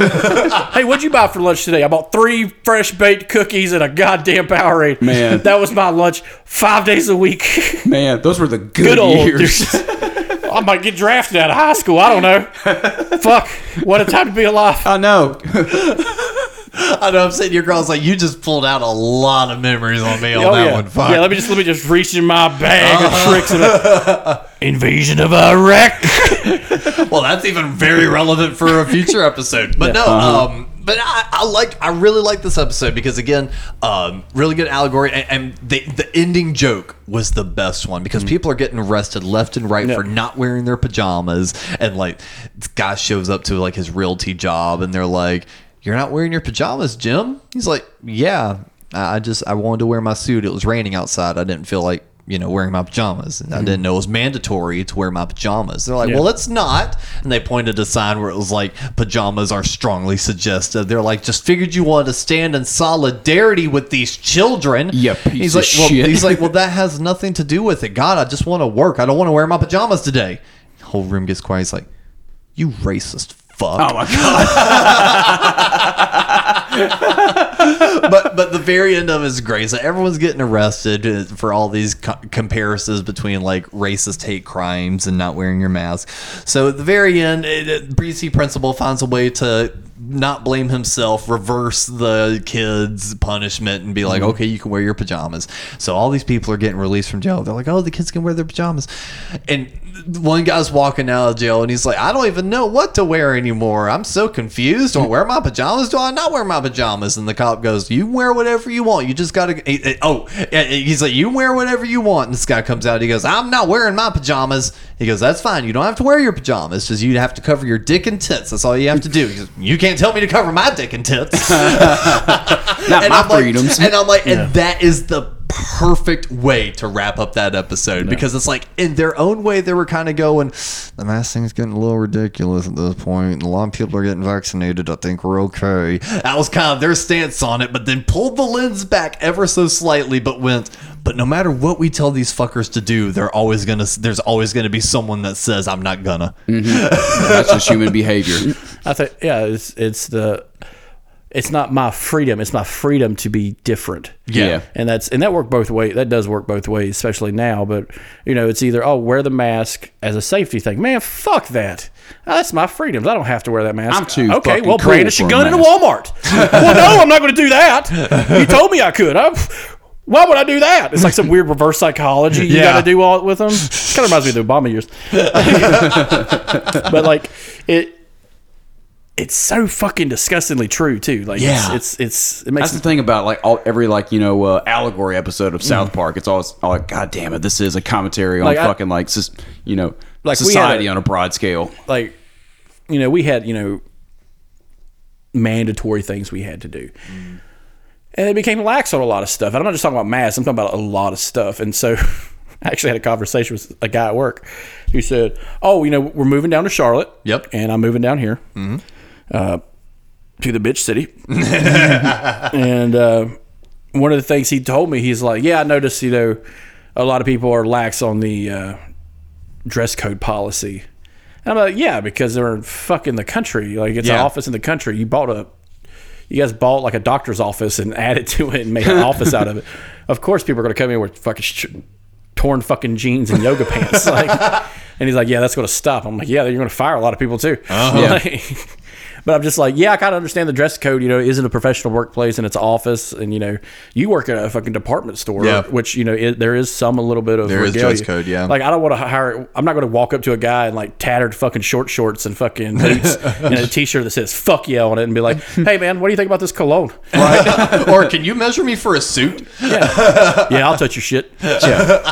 A: hey, what'd you buy for lunch today? I bought three fresh baked cookies and a goddamn Powerade.
C: Man.
A: that was my lunch five days a week.
C: Man, those were the good,
A: good old
C: years.
A: years. I might get drafted out of high school. I don't know. Fuck. What a time to be alive.
C: I know.
B: I know. I'm sitting here across like you just pulled out a lot of memories on me on that
A: Oh, yeah.
B: one. Fuck. Uh-huh.
A: Yeah, let me just let me just reach in my bag of tricks and invasion of Iraq.
B: well, that's even very relevant for a future episode. But no, um, but I, I like I really like this episode because again, um, really good allegory, and, and the the ending joke was the best one because people are getting arrested left and right for not wearing their pajamas, and like this guy shows up to like his realty job, and they're like, "You're not wearing your pajamas, Jim." He's like, "Yeah." I I just I wanted to wear my suit. It was raining outside. I didn't feel like you know wearing my pajamas, and I
C: Mm-hmm.
B: didn't know it was mandatory to wear my pajamas. They're like, well, it's not, and they pointed a sign where it was like pajamas are strongly suggested. They're like, just figured you wanted to stand in solidarity with these children.
C: Yeah, piece
B: he's
C: of
B: like, well,
C: shit.
B: he's like, well, that has nothing to do with it. God, I just want to work. I don't want to wear my pajamas today. whole room gets quiet. He's like, you racist fuck
C: Oh my god.
B: but but the very end of it is great. So everyone's getting arrested uh, for all these co- comparisons between like racist hate crimes and not wearing your mask. So at the very end, it, it- Breezy Principal finds a way to not blame himself, reverse the kids' punishment, and be like, okay, you can wear your pajamas. So all these people are getting released from jail. They're like, oh, the kids can wear their pajamas. And one guy's walking out of jail and he's like, I don't even know what to wear anymore. I'm so confused. Do I wear my pajamas? Do I not wear my pajamas? And the cop goes, You can wear whatever you want. You just got to. Oh, eh, eh, he's like, You can wear whatever you want. And this guy comes out. He goes, I'm not wearing my pajamas. He goes, That's fine. You don't have to wear your pajamas. Just you have to cover your dick and tits. That's all you have to do. He goes, You can't tell me to cover my dick and tits.
C: Not
B: and
C: my
B: I'm like,
C: freedoms.
B: and I'm like, and that is the perfect way to wrap up that episode because it's like in their own way they were kind of going the mask thing's getting a little ridiculous at this point a lot of people are getting vaccinated i think we're okay that was kind of their stance on it but then pulled the lens back ever so slightly but went but no matter what we tell these fuckers to do they're always gonna there's always gonna be someone that says i'm not gonna
C: That's just human behavior.
A: I think yeah, it's it's the it's not my freedom, it's my freedom to be different.
C: Yeah. Yeah.
A: And that's and that worked both ways. That does work both ways, especially now. But you know, it's either oh, wear the mask as a safety thing. Man, fuck that. Oh, that's my freedoms. I don't have to wear that mask.
C: I'm too
A: okay.
C: fucking
A: Well,
C: cool
A: Brandon should
C: for a
A: gun into
C: mask.
A: Walmart. well, no, I'm not going to do that. You told me I could. I'm, why would I do that? It's like some weird reverse psychology you
B: Yeah.
A: got to do all with them. Kind of reminds me of the Obama years. but like it, it's so fucking disgustingly true too. Like
B: Yeah.
A: it's, it's it's it makes
C: That's the thing about like all, every like you know uh, allegory episode of South Park. It's always all like, God damn it, this is a commentary on
A: Like, I-
C: fucking like sus, you know like
A: we had
C: society
A: a-
C: on a broad scale.
A: like you know we had you know mandatory things we had to do and they became lax on a lot of stuff and i'm not just talking about masks i'm talking about a lot of stuff and so i actually had a conversation with a guy at work who said oh you know we're moving down to charlotte
B: Yep.
A: and i'm moving down here uh, to the bitch city and uh, one of the things he told me he's like yeah i noticed you know a lot of people are lax on the uh, dress code policy. And I'm like, yeah, because they're in fucking the country. Like it's an
B: Yeah.
A: office in the country. You bought a, you guys bought like a doctor's office and added to it and made an office out of it. Of course, people are gonna come in with fucking sh- torn fucking jeans and yoga pants.
B: Uh-huh.
A: Like, and he's like, yeah, that's gonna stop. I'm like, yeah, you're gonna fire a lot of people too.
C: Yeah.
A: Like, But I'm just like, yeah, I kind of understand the dress code. You know, isn't a professional workplace and it's office, and you know, you work at a fucking department store,
B: Yeah.
A: which you know it, there is some a little bit of
B: There is
A: regalia.
B: dress code, yeah.
A: Like I don't want to hire. I'm not going to walk up to a guy in like tattered fucking short shorts and fucking boots and a t-shirt that says "fuck yeah" on it and be like, hey man, what do you think about this cologne?
B: Right? or can you measure me for a suit?
A: yeah, I'll touch your shit.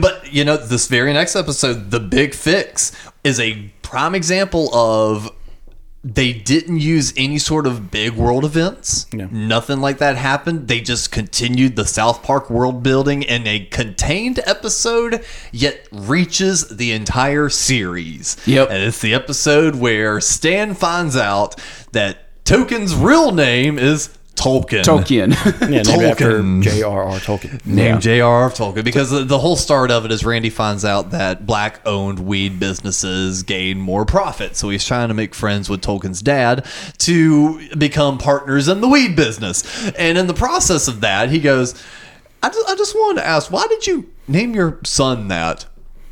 B: But you know, this very next episode, the big fix is a prime example of they didn't use any sort of big world events. Nothing like that happened. They just continued the South Park world building in a contained episode, yet reaches the entire series.
C: Yep.
B: And it's the episode where Stan finds out that Token's real name is Tolkien.
C: Tolkien.
A: Yeah, named after
B: Tolkien.
A: J.R.R. Tolkien.
B: named J.R.R. Tolkien because the, the whole start of it is Randy finds out that black owned weed businesses gain more profit. So he's trying to make friends with Tolkien's dad to become partners in the weed business. And in the process of that, he goes, I just, I just wanted to ask, why did you name your son that?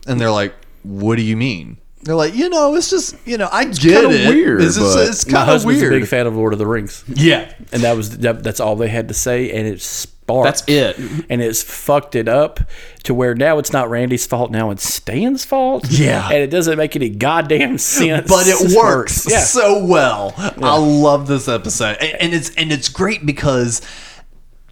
B: And they're like, What do you mean? They're like, you know, it's just, you know, I get
C: kinda
B: it.
C: weird,
B: It's, just-
C: but
B: it's
A: My
B: kind of
A: husband's
B: weird.
A: a big fan of Lord of the Rings,
B: yeah.
A: and that was that, that's all they had to say, and it sparked.
C: That's it.
A: and it's fucked it up to where now it's not Randy's fault, now it's Stan's fault.
B: Yeah.
A: and it doesn't make any goddamn sense.
B: but it works
A: Yeah,
B: so well. I love this episode, and, and it's and it's great because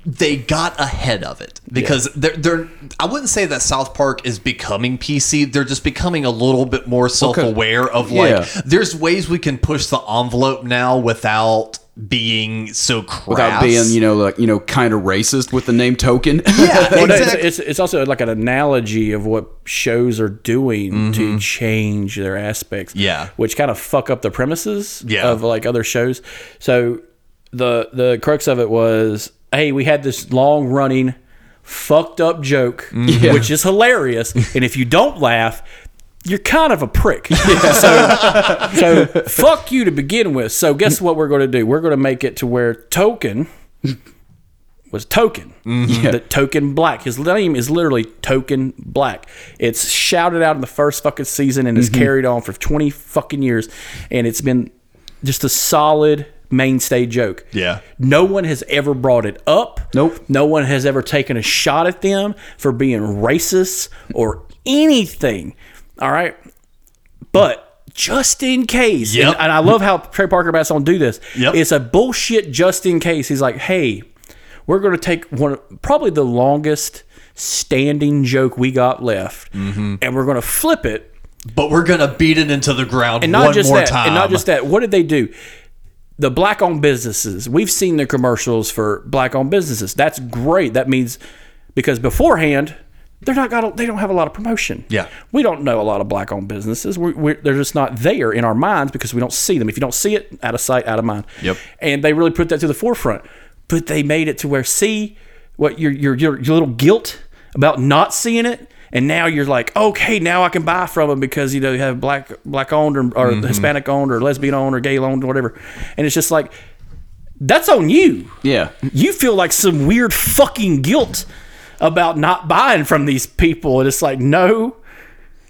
B: they got ahead of it because they're they're. I wouldn't say that South Park is becoming PC. They're just becoming a little bit more self aware of like
C: Yeah.
B: there's ways we can push the envelope now without being so crass.
C: Without being, you know, like you know, kind of racist with the name Token.
B: yeah,
A: Well, no, it's-
B: exactly.
A: it's, it's also like an analogy of what shows are doing to change their aspects.
B: Mm-hmm. Yeah.
A: Which kind of fuck up the premises
B: Yeah.
A: of like other shows. So the the crux of it was, hey, we had this long running fucked up joke,
B: Mm-hmm.
A: which is hilarious. and if you don't laugh, you're kind of a prick. so, so fuck you to begin with. So guess what we're going to do? We're going to make it to where token was Token. The Token Black. His name is literally Token Black. It's shouted out in the first fucking season and is carried on for 20 fucking years. And it's been just a solid mainstay joke.
B: Yeah.
A: No one has ever brought it up.
C: Nope.
A: No one has ever taken a shot at them for being racist or anything. All right. But just in case,
B: Yep.
A: and, and I love how Trey Parker Bass don't do this.
B: Yep.
A: It's a bullshit just in case. He's like, hey, we're going to take one, probably the longest standing joke we got left,
B: Mm-hmm.
A: and we're going to flip it.
B: but we're gonna beat it into the ground
A: And not
B: one
A: just
B: more
A: that.
B: time.
A: And not just that. What did they do? The black owned businesses, we've seen the commercials for black owned businesses. That's great. That means because beforehand, they're not got a, they don't have a lot of promotion.
B: Yeah.
A: We don't know a lot of black owned businesses. We're, we're, they're just not there in our minds because we don't see them. If you don't see it, out of sight, out of mind.
B: Yep.
A: And they really put that to the forefront. But they made it to where, see, what your, your, your, your little guilt about not seeing it. And now you're like, okay, now I can buy from them because you know you have black black owned or, or Hispanic owned or lesbian owned or gay owned or whatever, and it's just like that's on you
C: yeah.
A: you feel like some weird fucking guilt about not buying from these people. And it's like, no,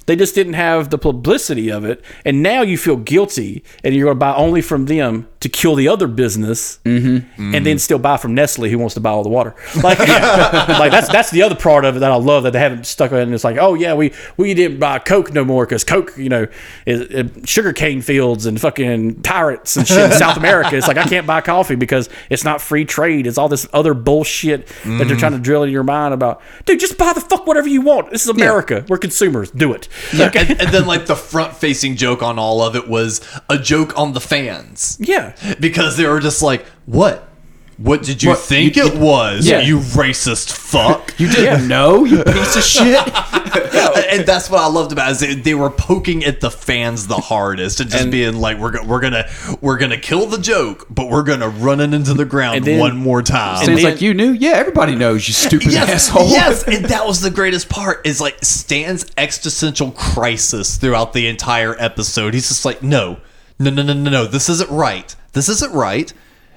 A: they just didn't have the publicity of it. And now you feel guilty and you're going to buy only from them to kill the other business and then still buy from Nestle who wants to buy all the water. Like, like that's, that's the other part of it that I love that they haven't stuck on. It's like, oh yeah, we, we didn't buy Coke no more because Coke, you know, is, is sugar cane fields and fucking pirates and shit in South America. It's like, I can't buy coffee because it's not free trade. It's all this other bullshit that they're trying to drill in your mind about, dude, just buy the fuck whatever you want. This is America. We're consumers. Do it.
B: and, and then like the front facing joke on all of it was a joke on the fans.
A: Yeah.
B: because they were just like, "What? What did you think it was?
C: yeah.
B: You racist fuck!"
C: You didn't know, you piece of shit.
B: and that's what I loved about it, is they, they were poking at the fans the hardest and just being like, "We're gonna, we're gonna, we're gonna kill the joke, but we're gonna run it into the ground
A: then-
B: one more time."
C: And it's
A: then-
C: like you knew. Yeah, everybody knows you stupid
B: yes,
C: asshole.
B: yes, and that was the greatest part is like Stan's existential crisis throughout the entire episode. He's just like, no, no, no, no, no, no, this isn't right. This isn't right.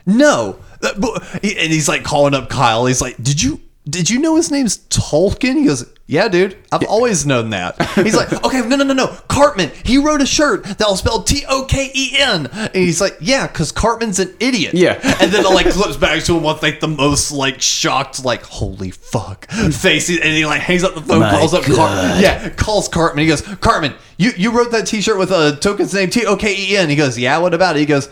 B: No, Uh, but- and he's like calling up Kyle. He's like, did you? Did you know his name's Tolkien? He goes, Yeah, dude. I've always known that. He's like, Okay, no, no, no, no. Cartman. He wrote a shirt that was spelled T O K E N. And he's like, Yeah, because Cartman's an idiot.
C: Yeah.
B: And then it like flips back to him with like the most like shocked, like, Holy fuck face. And he like hangs up the phone,
C: My
B: calls up Cartman.
C: God.
B: Yeah, calls Cartman. He goes, Cartman, you, you wrote that t shirt with a token's name T O K E N. He goes, Yeah, what about it? He goes,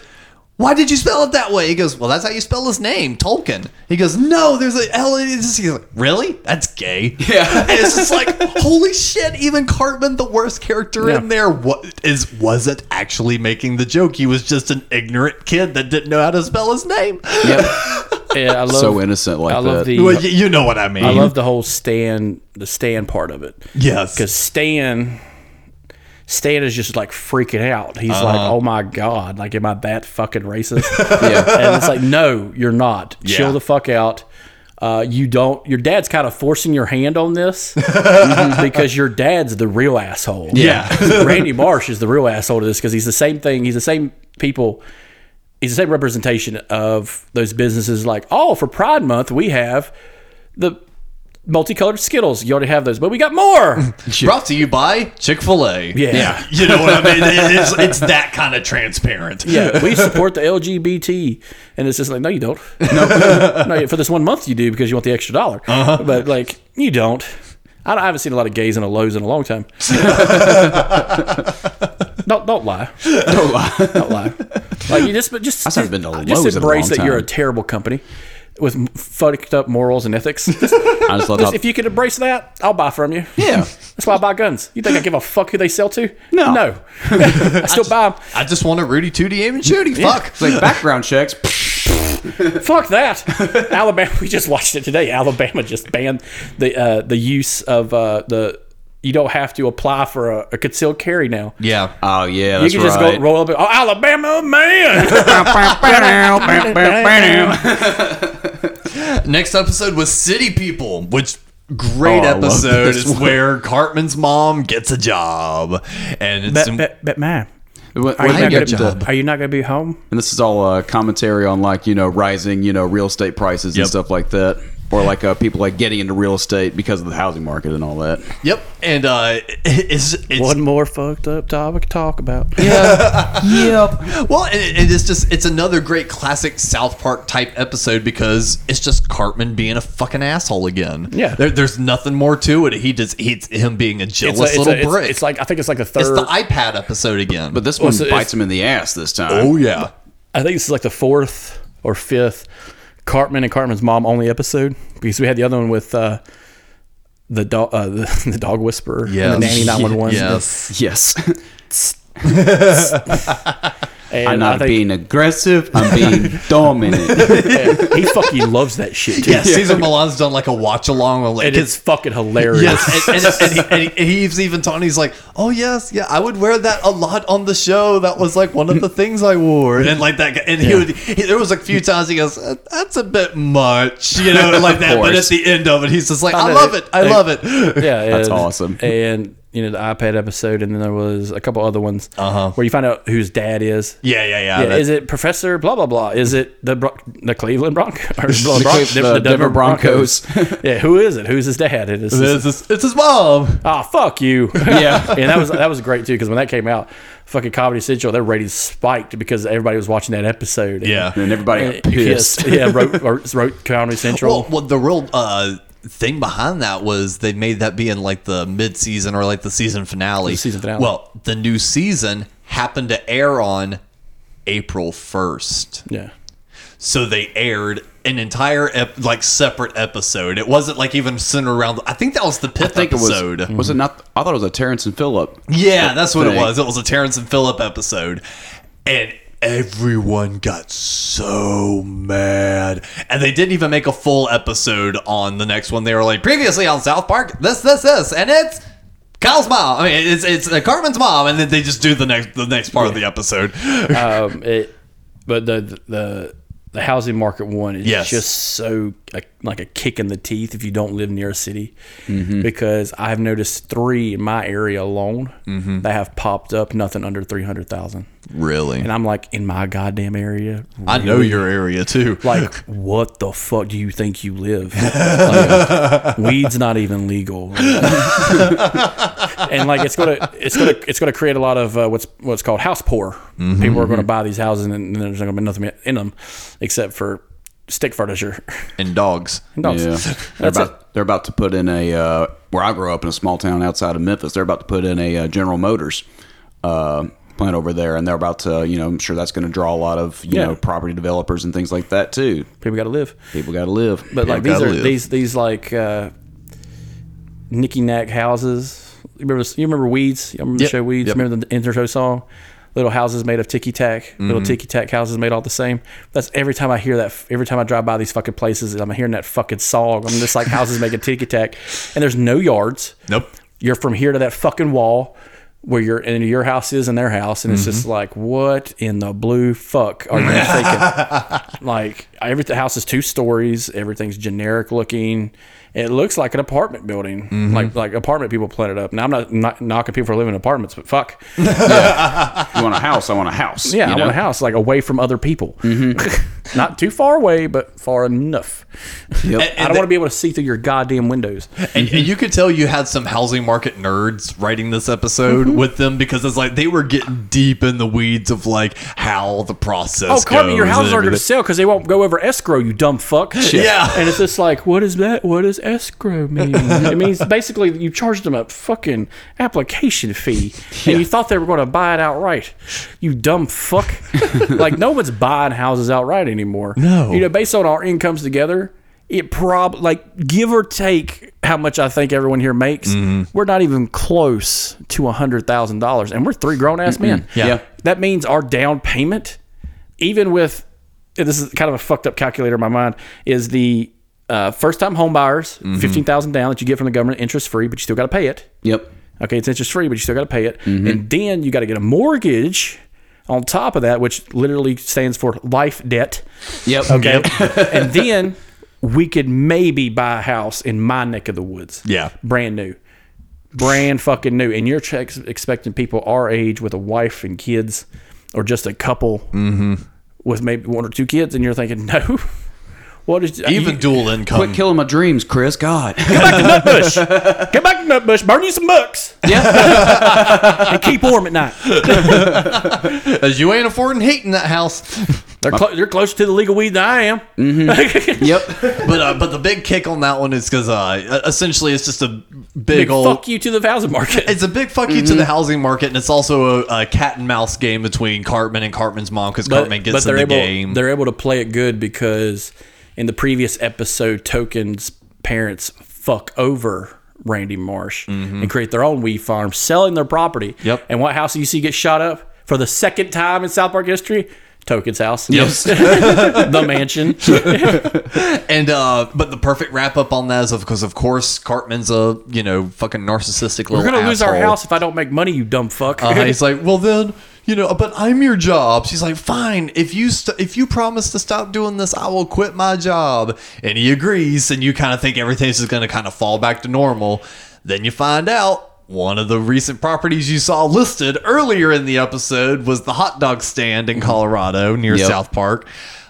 B: why did you spell it that way? He goes, well, that's how you spell his name, Tolkien. He goes, no, there's a L. in it." He's like, really? That's gay.
C: Yeah.
B: and it's just like, holy shit! Even Cartman, the worst character in
A: Yeah.
B: there, wa- is wasn't actually making the joke. He was just an ignorant kid that didn't know how to spell his name.
A: Yeah, I love
C: so innocent like
A: I
C: that.
A: love the
B: Well, y- you know what I mean.
A: I love the whole Stan the Stan part of it.
B: yes.
A: because Stan, Stan is just like freaking out.
B: Uh-huh.
A: He's like, "Oh my god! Like, am I that fucking racist?"
C: yeah.
A: and it's like, "No, you're not.
B: Yeah.
A: Chill the fuck out. Uh, you don't. Your dad's kind of forcing your hand on this because your dad's the real asshole.
B: Yeah.
A: Randy Marsh is the real asshole to this because he's the same thing. He's the same people. He's the same representation of those businesses. Like, oh, for Pride Month, we have the multicolored Skittles. You already have those, but we got more.
B: Brought to you by Chick Fil A.
A: Yeah.
B: You know what I mean? It- It's, it's that kind of transparent.
A: yeah, we support the LGBT, and it's just like, no, you don't. No, for this one month you do because you want the extra dollar,
C: Uh-huh.
A: but like you don't. I, don't, I haven't seen a lot of gays in a Lowe's in a long time. don't don't lie,
C: Don't lie.
A: don't lie. Like you just but just I
C: haven't been to
A: just
C: Lowe's in a
A: embrace
C: long
A: that you're a
C: time.
A: terrible company with m- fucked up morals and ethics. Just-
C: I just love
A: just
C: how.
A: if you could embrace that, I'll buy from you.
C: yeah.
A: That's why I buy guns. You think I give a fuck who they sell to?
C: No.
A: no. I still buy 'em.
B: I just want a Rudy Tootie aim and shooty. Fuck.
C: It's like background checks.
A: Fuck that! Alabama. We just watched it today. Alabama just banned the uh, the use of uh, the. You don't have to apply for a, a concealed carry now.
B: Yeah. Uh,
C: Oh yeah, that's
A: you can just
C: right.
A: go roll up. and- Oh, Alabama man!
B: Next episode was City People, which great
C: Oh, I love
B: episode
C: this
B: is where Cartman's mom gets a job, and it's
A: bet, bet, bet, man.
C: What-
A: Are you, not
C: what did you
A: gonna,
C: get to-
B: job.
A: are you not going to be home?
C: and this is all uh, commentary on like you know rising you know real estate prices
B: Yep.
C: and stuff like that, or like uh, people like getting into real estate because of the housing market and all that.
B: yep, and uh, it's it's
A: One more fucked up topic to talk about.
B: well, and it, it is just it's another great classic South Park type episode because it's just Cartman being a fucking asshole again.
A: Yeah.
B: there, there's nothing more to it. He just he's him being a
A: It's,
B: jealous
A: a- it's,
B: little
A: a- it's-
B: brick.
A: it's like I think it's like the third.
B: It's the iPad episode again.
C: But this one
A: so
C: bites
A: it's-
C: him in the ass this time.
B: oh yeah,
A: I think this is like the fourth or fifth Cartman and Cartman's mom only episode because we had the other one with uh, the dog, uh, the, the dog whisperer, and the nanny nine one one.
B: Yes.
C: Yes,
A: and
C: I'm
A: I
C: not
A: think-
C: being aggressive. I'm being dominant.
A: and he fucking loves that shit. Too.
B: Yeah, Caesar Milan's done like a watch along with like
A: it
B: his
A: is fucking hilarious.
B: Yes, and, and, and, he, and he's even talking. He's like, "Oh yes, yeah, I would wear that a lot on the show. That was like one of the things I wore." And like that, guy, and he would. He, there was a few times he goes, "Uh, "That's a bit much," you know, like that. But at
C: course.
B: the end of it, he's just like, "I
A: know,
B: love
A: it-
B: it. I
A: it-
B: love it."
A: yeah,
C: That's
A: and-
C: awesome.
A: And you know the iPad episode, and then there was a couple other ones
B: Uh-huh.
A: where you find out whose dad is.
B: Yeah, yeah, yeah.
A: Yeah,
B: that-
A: is it Professor blah blah blah? Is it the Bro- the Cleveland Broncos? the,
C: Cle- the Denver Broncos.
A: yeah, who is it? Who's his dad? It is
B: it's, his, it's his mom.
A: ah fuck you.
C: yeah.
A: and that was that was great too because when that came out, fucking Comedy Central, their ratings spiked because everybody was watching that episode. And-
B: Yeah.
C: And everybody
A: and
C: got pissed.
A: yeah, wrote, wrote wrote Comedy Central.
B: Well, well, the real uh, thing behind that was they made that be in like the mid-season or like the season finale.
A: The season finale.
B: Well, the new season happened to air on April first.
A: yeah.
B: So they aired an entire ep- like separate episode. It wasn't like even centered around. I think that was the
C: I
B: fifth
C: think it was.
B: episode.
C: Was it
A: Mm-hmm.
C: not? I thought it was a Terrence and Phillip.
B: yeah, that's what it
C: thing.
B: was. It was a Terrence and Phillip episode, and everyone got so mad. And they didn't even make a full episode on the next one. They were like, previously on South Park, this, this, this, and it's. Kyle's mom. I mean, it's it's uh, Cartman's mom, and then they just do the next the next part of the episode.
A: Uh, Um, it, but the the the housing market one is
B: Yes.
A: just so a, like a kick in the teeth if you don't live near a city,
B: Mm-hmm.
A: because I've noticed three in my area alone
B: Mm-hmm.
A: that have popped up. Nothing under three hundred thousand,
B: Really?
A: and I'm like in my goddamn area.
B: I know your area too.
A: Like, what the fuck do you think you live? Like, weed's not even legal, and like it's gonna, it's gonna, it's gonna create a lot of uh, what's what's called house poor.
C: Mm-hmm.
A: People are gonna buy these houses, and there's not gonna be nothing in them except for stick furniture.
B: And dogs.
A: No,
C: Yeah. They're
A: that's
C: about, they're about to put in a uh, where I grew up in a small town outside of Memphis. They're about to put in a uh, General Motors uh, plant over there, and they're about to you know I'm sure that's going to draw a lot of you
A: Yeah.
C: know property developers and things like that too.
A: people got to live.
C: People got to live,
A: But like
B: Yeah,
A: these
B: gotta
A: are
B: live.
A: these these like uh, Nicky Nack houses. You remember you remember Weeds? You remember
B: Yep.
A: the show Weeds?
B: Yep.
A: Remember the intro song? Little houses made of ticky tack.
B: Mm-hmm.
A: Little ticky tack houses made all the same. That's every time I hear that. Every time I drive by these fucking places, and I'm hearing that fucking song. I'm just like houses making ticky tack, and there's no yards.
B: Nope.
A: You're from here to that fucking wall. Where your and your house is and their house, and it's
B: Mm-hmm.
A: just like, what in the blue fuck are you thinking? like every the house is two stories everything's generic looking it looks like an apartment building like like apartment people planted up now i'm not, not knocking people for living in apartments but fuck
C: you want a house? I want a house.
A: yeah
C: you
A: i
C: know?
A: want a house like away from other people not too far away but far enough i don't want to be able to see through your goddamn windows
B: And, and you could tell you had some housing market nerds writing this episode
A: Mm-hmm.
B: with them because it's like they were getting deep in the weeds of like how the process.
A: oh carmen your
B: goes
A: houses aren't
B: and
A: going to
B: everything.
A: sell because they won't go over escrow you dumb fuck
B: Yeah.
A: and it's just like what is that what does escrow mean it means basically you charged them a fucking application fee and you thought they were going to buy it outright you dumb fuck like no one's buying houses outright anymore
B: No.
A: you know based on our incomes together it prob like give or take how much I think everyone here makes.
B: Mm-hmm.
A: We're not even close to a hundred thousand dollars, and we're three grown ass men.
C: Yeah.
A: That means our down payment, even with and this is kind of a fucked up calculator in my mind, is the uh, first time home buyers, thousand down that you get from the government interest free, but you still got to pay it.
C: Yep.
A: Okay, it's interest free, but you still got to pay it. And then you got to get a mortgage on top of that, which literally stands for life debt.
C: Yep.
A: Okay. and then we could maybe buy a house in my neck of the woods.
B: Yeah.
A: Brand new. Brand fucking new. And you're checks expecting people our age with a wife and kids or just a couple
B: Mm-hmm.
A: with maybe one or two kids. And you're thinking, no. What is
B: Even
A: you,
B: dual income.
C: Quit killing my dreams, Chris. God.
A: Nutbush? Get back to Nutbush, burn you some books,
C: yeah.
A: and keep warm at night.
B: As you ain't affording heat in that house.
A: They're clo- they're closer to the legal weed than I am.
C: Yep.
B: but uh, but the big kick on that one is because uh, essentially it's just a big,
A: Big
B: old
A: fuck you Mm-hmm. to the housing market.
B: It's a big fuck you to the housing market, and it's also a, a cat and mouse game between Cartman and Cartman's mom because Cartman gets in
A: they're
B: the
A: able,
B: game.
A: They're able to play it good because in the previous episode, Token's parents fuck over Randy Marsh and create their own weed farm, selling their property.
B: Mm-hmm. Yep.
A: And what house do you see get shot up for the second time in South Park history? Token's house.
B: Yes.
A: the mansion.
B: And uh, but the perfect wrap up on that is of course, of course, Cartman's a you know fucking narcissistic little.
A: We're gonna lose our
B: asshole.
A: house if I don't make money, you dumb fuck.
B: Uh, he's like, well then, you know, but I'm your job. She's like, fine. If you st- if you promise to stop doing this, I will quit my job. And he agrees, and you kind of think everything's just going to kind of fall back to normal. Then you find out one of the recent properties you saw listed earlier in the episode was the hot dog stand in Colorado near
C: Yep.
B: South Park.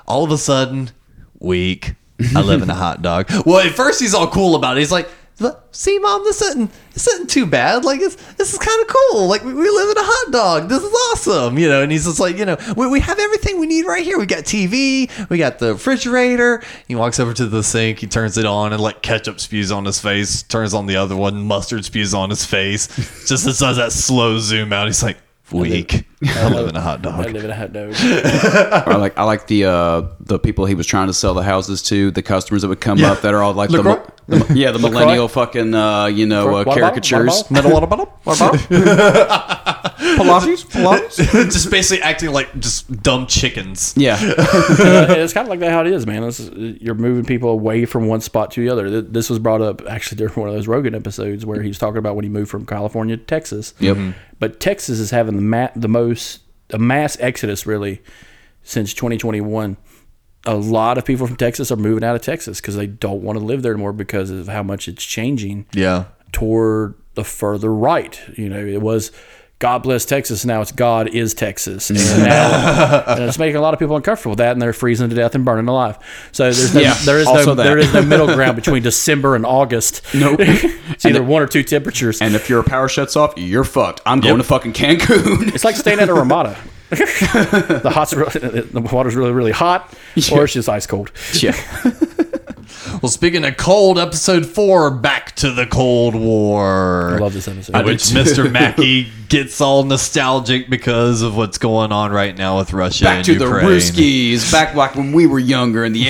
B: All of a sudden, weak. I live in a hot dog. Well, at first he's all cool about it. He's like, "Look, "See, mom, this isn't this isn't too bad. Like, it's, this is kind of cool. Like, we, we live in a hot dog. This is awesome, you know." And he's just like, "You know, we, we have everything we need right here. We got TV, we got the refrigerator." He walks over to the sink. He turns it on, and like ketchup spews on his face. Turns on the other one, mustard spews on his face. Just as does that slow zoom out, he's like, "Weak. I live in a hot
A: I
B: dog."
A: live in a hot dog.
C: I like I like the uh, the people he was trying to sell the houses to, the customers that would come
B: Yeah.
C: up that are all like the,
B: LaCroix?
C: mi- the mi- yeah the millennial fucking uh, you know uh,
A: What about-
C: caricatures.
A: What about? What about? Pilates? Pilates?
B: just basically acting like just dumb chickens.
C: Yeah,
A: Uh, it's kind of like that how it is, man. This is, you're moving people away from one spot to the other. Th- This was brought up actually during one of those Rogan episodes where he was talking about when he moved from California to Texas.
C: Yep.
A: Mm-hmm. But Texas is having the ma- the most a mass exodus really since 2021 a lot of people from Texas are moving out of Texas because they don't want to live there anymore because of how much it's changing
B: Yeah.
A: toward the further right. You know, it was God bless Texas. Now it's God is Texas. And, now, and it's making a lot of people uncomfortable with that, and they're freezing to death and burning alive. So there's no,
C: Yeah,
A: there is
C: also
A: no
C: that.
A: there is no middle ground between December and August.
C: Nope.
A: it's either one or two temperatures.
C: And if your power shuts off, you're fucked. I'm going to fucking Cancun.
A: It's like staying at a Ramada. the hot's really, the water's really really hot, or it's just ice cold.
C: yeah.
B: Well, speaking of cold, episode four, back to the Cold War.
A: I love this episode.
B: which Mr. Mackey gets all nostalgic because of what's going on right now with Russia
C: Back
B: and
C: to
B: Ukraine.
C: the Ruskies. Back like when we were younger in the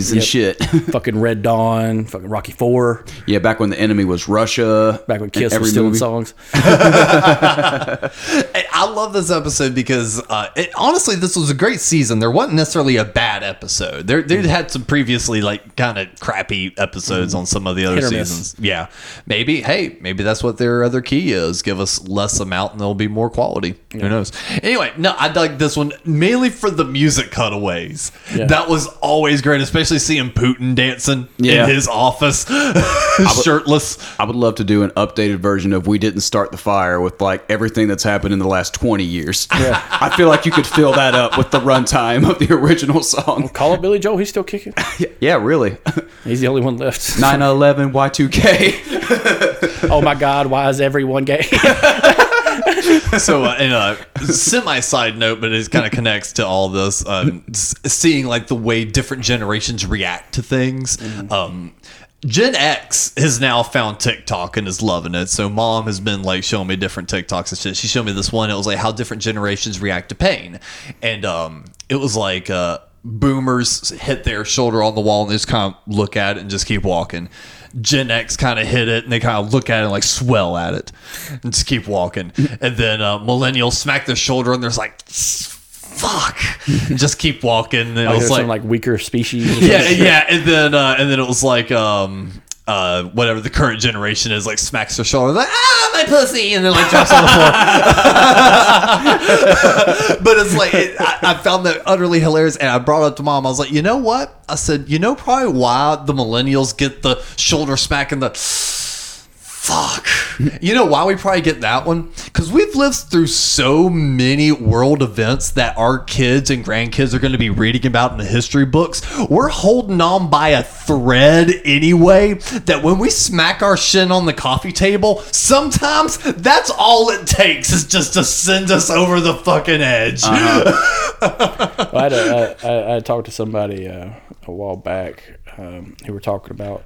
C: 80s and shit.
A: fucking Red Dawn, fucking Rocky Four.
C: yeah, back when the enemy was Russia.
A: Back when
C: and
A: Kiss
C: E, every
A: was stealing
C: movie.
A: songs.
B: I- I love this episode because uh, it, honestly, this was a great season. There wasn't necessarily a bad episode. There, they had some previously like kind of crappy episodes on some of the other
A: Mm-hmm. Hit or miss.
B: seasons. Yeah, maybe. Hey, maybe that's what their other key is: give us less amount and there'll be more quality. Who knows? Anyway, no, I dug this one mainly for the music cutaways. That was always great, especially seeing Putin dancing
C: Yeah.
B: in his office, shirtless.
C: I would love to do an updated version of We Didn't Start the Fire with like everything that's happened in the last 20 years. I feel like you could fill that up with the runtime of the original song.
A: Call up Billy Joel. He's still kicking.
C: Yeah, really.
A: He's the only one left.
C: 9 11 Y2K.
A: oh my God, why is everyone gay?
B: so uh, in a semi side note but it kind of connects to all this um, s- seeing like the way different generations react to things um Gen X has now found TikTok and is loving it. So mom has been like showing me different TikToks and shit. She showed me this one. It was like how different generations react to pain, and um, it was like uh, boomers hit their shoulder on the wall and they just kind of look at it and just keep walking. Gen X kind of hit it and they kind of look at it and like swell at it and just keep walking. And then uh, millennials smack their shoulder and they're just like, fuck, and just keep walking. And it
A: There's
B: was
A: some
B: like,
A: like weaker species. or
B: yeah,
A: something.
B: yeah. And then uh, and then it was like, um, uh, whatever the current generation is, like smacks their shoulder, like ah, my pussy, and then like drops on the floor. but it's like it, I, I found that utterly hilarious, and I brought it up to mom. I was like, you know what? I said, you know probably why the millennials get the shoulder smack and the fuck. You know why we probably get that one? Because we've lived through so many world events that our kids and grandkids are going to be reading about in the history books. We're holding on by a thread anyway, that when we smack our shin on the coffee table, sometimes that's all it takes is just to send us over the fucking edge. Uh-huh.
A: I, had a, I, I, I talked to somebody uh, a while back um, who were talking about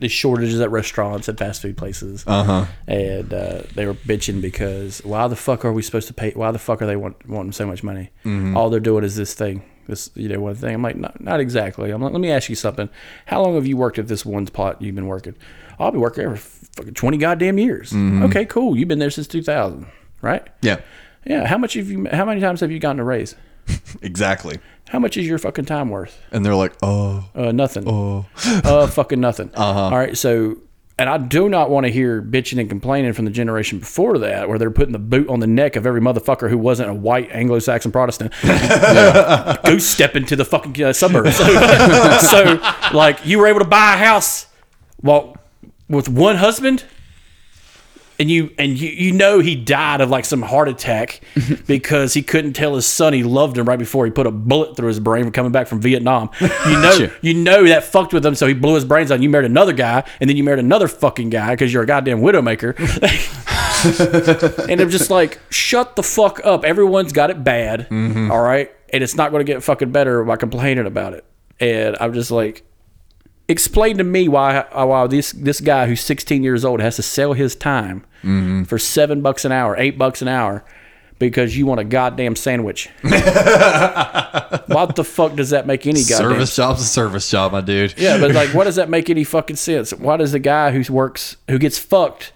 A: the shortages at restaurants and fast food places. Uh-huh. And uh, they were bitching because why the fuck are we supposed to pay? Why the fuck are they want, wanting so much money? All they're doing is this thing. This you know one thing. I'm like not, not exactly. I'm like let me ask you something. How long have you worked at this one spot you've been working? I'll be working there for fucking twenty goddamn years. Okay, cool. You've been there since 2000, right?
B: Yeah,
A: Yeah. How much have you? How many times have you gotten a raise?
B: exactly.
A: How much is your fucking time worth?
B: And they're like, oh,
A: Uh, nothing. Oh. uh, fucking nothing. Uh-huh. right, so, and I do not want to hear bitching and complaining from the generation before that, where they're putting the boot on the neck of every motherfucker who wasn't a white Anglo-Saxon Protestant. Go step into the fucking uh, suburbs. So, so, like, you were able to buy a house, well, with one husband and you and you, you know he died of like some heart attack because he couldn't tell his son he loved him right before he put a bullet through his brain from coming back from Vietnam. You know
C: Sure.
A: you know that fucked with him, so he blew his brains out. You married another guy, and then you married another fucking guy because you're a goddamn widowmaker. and I'm just like, shut the fuck up. Everyone's got it bad, all right, and it's not going to get fucking better by complaining about it. And I'm just like, explain to me why why this this guy who's 16 years old has to sell his time for seven bucks an hour, eight bucks an hour, because you want a goddamn sandwich. what the fuck does that make any goddamn
B: service job's a service job, my dude.
A: yeah, but like, what does that make any fucking sense? Why does the guy who works who gets fucked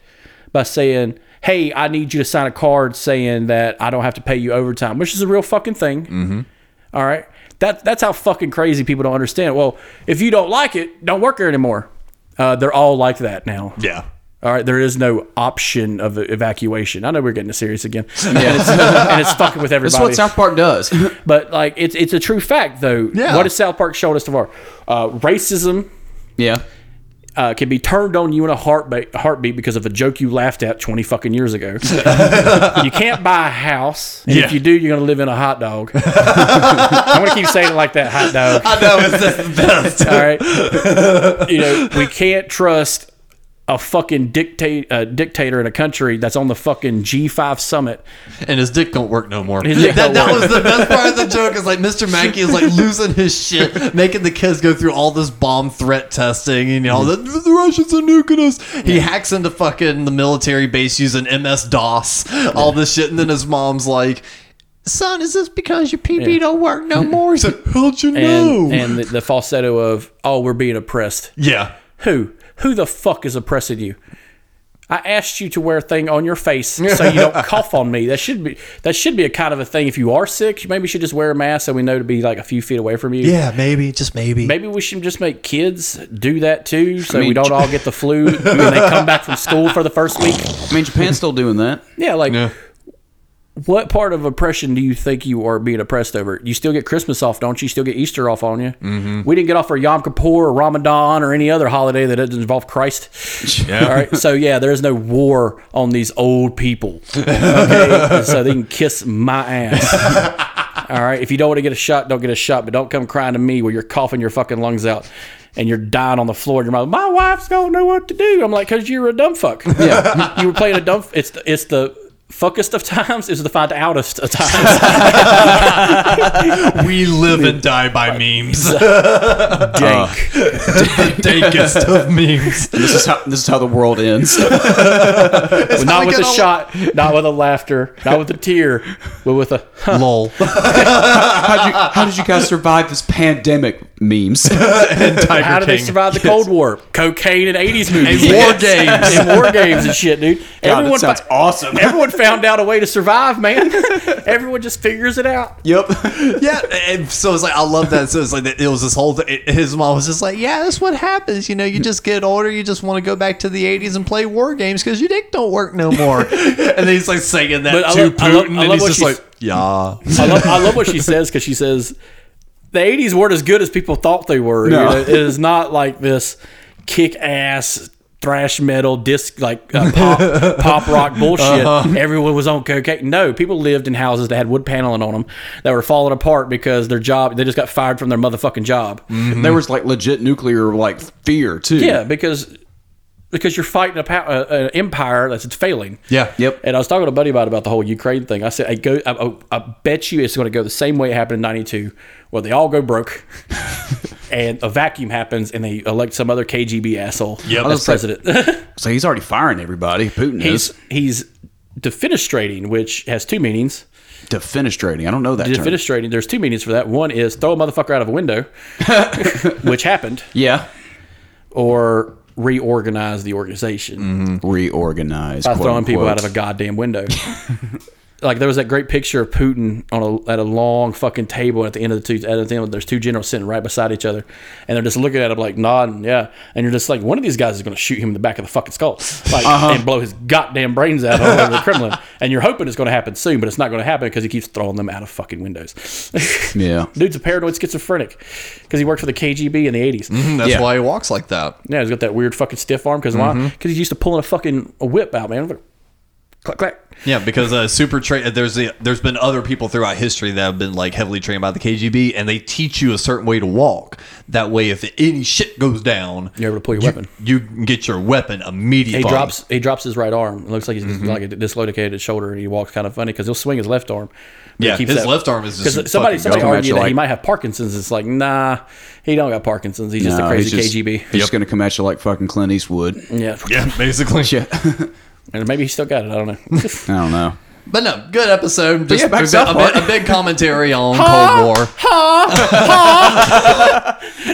A: by saying, "Hey, I need you to sign a card saying that I don't have to pay you overtime," which is a real fucking thing. Mm-hmm. right, that that's how fucking crazy people don't understand. Well, if you don't like it, don't work here anymore. Uh, they're all like that now.
B: yeah.
A: All right, there is no option of evacuation. I know we're getting serious again, and, it's, and it's fucking with
C: That's
A: everybody.
C: what South Park does.
A: but like, it's it's a true fact though.
B: Yeah.
A: What has South Park showed us so far? Uh, racism
C: yeah.
A: uh, can be turned on you in a heartbeat, heartbeat because of a joke you laughed at 20 fucking years ago. you can't buy a house. And
B: Yeah.
A: if you do, you're going to live in a hot dog. I'm going to keep saying it like that hot dog.
B: I know it's just the best.
A: All right. you know, we can't trust a fucking dictate, a dictator in a country that's on the fucking G5 summit.
B: And his dick don't work no more.
A: His dick
B: that,
A: don't
B: that
A: work.
B: was the best part of the joke. Is like Mr. Mackey is like losing his shit, making the kids go through all this bomb threat testing and all
A: Mm-hmm.
B: the, the Russians are nuking us. He hacks into fucking the military base using MS DOS, all this shit, and then his mom's like. Son, is this because your PP don't work no more? He's like, how'd you know?
A: And, and the, the falsetto of, oh, we're being oppressed.
B: yeah.
A: Who? Who the fuck is oppressing you? I asked you to wear a thing on your face so you don't cough on me. That should be that should be a kind of a thing. If you are sick, you maybe should just wear a mask so we know to be like a few feet away from you.
B: Yeah, maybe, just maybe.
A: Maybe we should just make kids do that too, so we
C: mean-
A: don't all get the flu when they come back from school for the first week.
C: I mean, Japan's still doing that.
A: Yeah, like what part of oppression do you think you are being oppressed over? You still get Christmas off, don't you? You still get Easter off on you. Mm-hmm. We didn't get off for Yom Kippur or Ramadan or any other holiday that doesn't involve Christ. All right. So yeah, there is no war on these old people. Okay. so they can kiss my ass. All right. If you don't want to get a shot, don't get a shot. But don't come crying to me where you're coughing your fucking lungs out and you're dying on the floor. And your mother, my wife's gonna know what to do. I'm like, cause you're a dumb fuck. Yeah. you were playing a dumb. It's the, it's the fuckest of times. It's the find outest of times.
B: we live and die by memes.
A: Dank.
B: the dankest of memes.
C: Uh, This is how this is how the world ends.
B: It's how
A: not
B: we
A: with
B: get
A: a
B: all-
A: shot, not with a laughter, not with a tear, but with a.
B: Lol.
C: How'd you, how did you guys survive this pandemic? Memes.
B: Tiger
A: How did they
B: King.
A: survive the Cold War? Cocaine and 80s movies.
B: And war games.
A: and war games and shit, dude.
C: God, that sounds
A: fi-
C: awesome.
A: Everyone found out a way to survive, man. Everyone just figures it out.
C: yep.
B: yeah, and so it's like I love that. So it's like it was this whole. Th- his mom was just like, "Yeah, that's what happens. You know, you just get older. You just want to go back to the '80s and play war games because your dick don't work no more." and then he's like singing that
A: But I
B: to
A: love-
B: Putin,
A: I love- I
B: and
A: love
B: he's
A: what
B: just
A: she's-
B: like, "Yeah."
A: I love, I love what she says because she says the 80s weren't as good as people thought they were. You
C: No.
A: know, it is not like this kick ass thrash metal disc like uh, pop, pop rock bullshit. Everyone was on cocaine. No, people lived in houses that had wood paneling on them that were falling apart because their job they just got fired from their motherfucking job.
C: There was like legit nuclear like fear too.
A: Yeah, because because you're fighting a pow- uh, an empire that's failing.
B: Yeah.
C: Yep.
A: And I was talking to Buddy about about the whole Ukraine thing. I said, I go, I, I, I bet you it's going to go the same way it happened in '92, where they all go broke, and a vacuum happens, and they elect some other KGB asshole
B: Yep.
A: as president.
C: So he's already firing everybody. Putin
A: he's
C: is
A: he's defenestrating, which has two meanings.
C: defenestrating. I don't know that term.
A: Defenestrating. There's two meanings for that. One is throw a motherfucker out of a window, which happened,
C: yeah.
A: or reorganize the organization.
C: Reorganize.
A: by throwing people out of a goddamn window. like there was that great picture of Putin on a, at a long fucking table at the end of the two. At the end, there's two generals sitting right beside each other, and they're just looking at him like nodding, yeah. And you're just like, one of these guys is going to shoot him in the back of the fucking skull, like and blow his goddamn brains out all over the Kremlin. And you're hoping it's going to happen soon, but it's not going to happen because he keeps throwing them out of fucking windows.
C: Yeah.
A: Dude's a paranoid schizophrenic because he worked for the KGB in the 80s.
B: That's
C: Yeah.
B: why he walks like that.
A: Yeah, he's got that weird fucking stiff arm because
B: Mm-hmm.
A: why? Because he's used to pulling a fucking a whip out, man. Clack clack.
B: Yeah, because uh, super train. There's the, there's been other people throughout history that have been like heavily trained by the KGB, and they teach you a certain way to walk. That way, if any shit goes down,
A: You're able to pull your weapon.
B: you can get your weapon immediately.
A: He drops. He drops his right arm. It looks like he's
B: Mm-hmm.
A: like a dislocated shoulder, and he walks kind of funny because he'll swing his left arm. But he
B: Yeah, his left arm is just
A: 'cause somebody.
B: fucking
A: Somebody
C: going.
A: argued
C: Imagine,
A: that he
C: like-
A: might have Parkinson's. It's like nah, he don't got Parkinson's. He's just a
C: No,
A: crazy
C: he's just-
A: KGB.
C: He's just gonna come at you like fucking Clint Eastwood.
A: Yeah.
B: Yeah, basically.
C: Yeah.
A: and maybe he still got it. I don't know.
C: I don't know.
B: But no, good episode. Just
C: yeah, back
B: a,
C: to
B: bit-
C: South
B: a bit-
C: Park.
B: a big commentary on Cold War.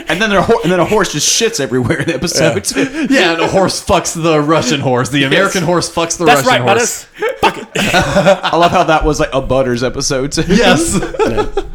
C: And then there, and then a horse just shits everywhere in the episode. too.
B: Yeah, the horse fucks the Russian horse. The American horse fucks the
A: That's
B: Russian
A: right,
B: horse.
A: Butters. Fuck it.
C: I love how that was like a Butters episode. Too.
B: Yes. A-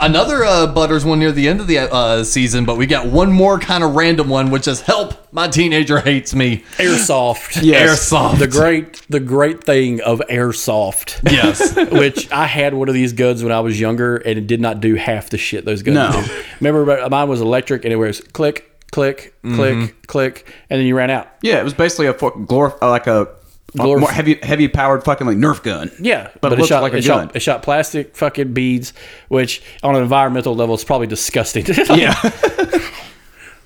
B: Another uh, Butters one near the end of the uh, season, but we got one more kind of random one, which is help. My teenager hates me.
A: Airsoft.
C: Yes.
B: Airsoft.
A: The great the great thing of airsoft.
B: yes.
A: Which I had one of these guns when I was younger, and it did not do half the shit those guns
C: No.
A: did. Remember, but mine was electric, and it was click, click,
B: Mm-hmm.
A: click, click, and then you ran out.
C: Yeah, it was basically a fucking glorif- uh, like a
A: Glorif-
C: more heavy heavy powered fucking like Nerf gun.
A: Yeah,
C: but,
A: it
C: it, looked
A: shot
C: like a
A: it
C: gun.
A: shot, it shot plastic fucking beads, which on an environmental level is probably disgusting. yeah,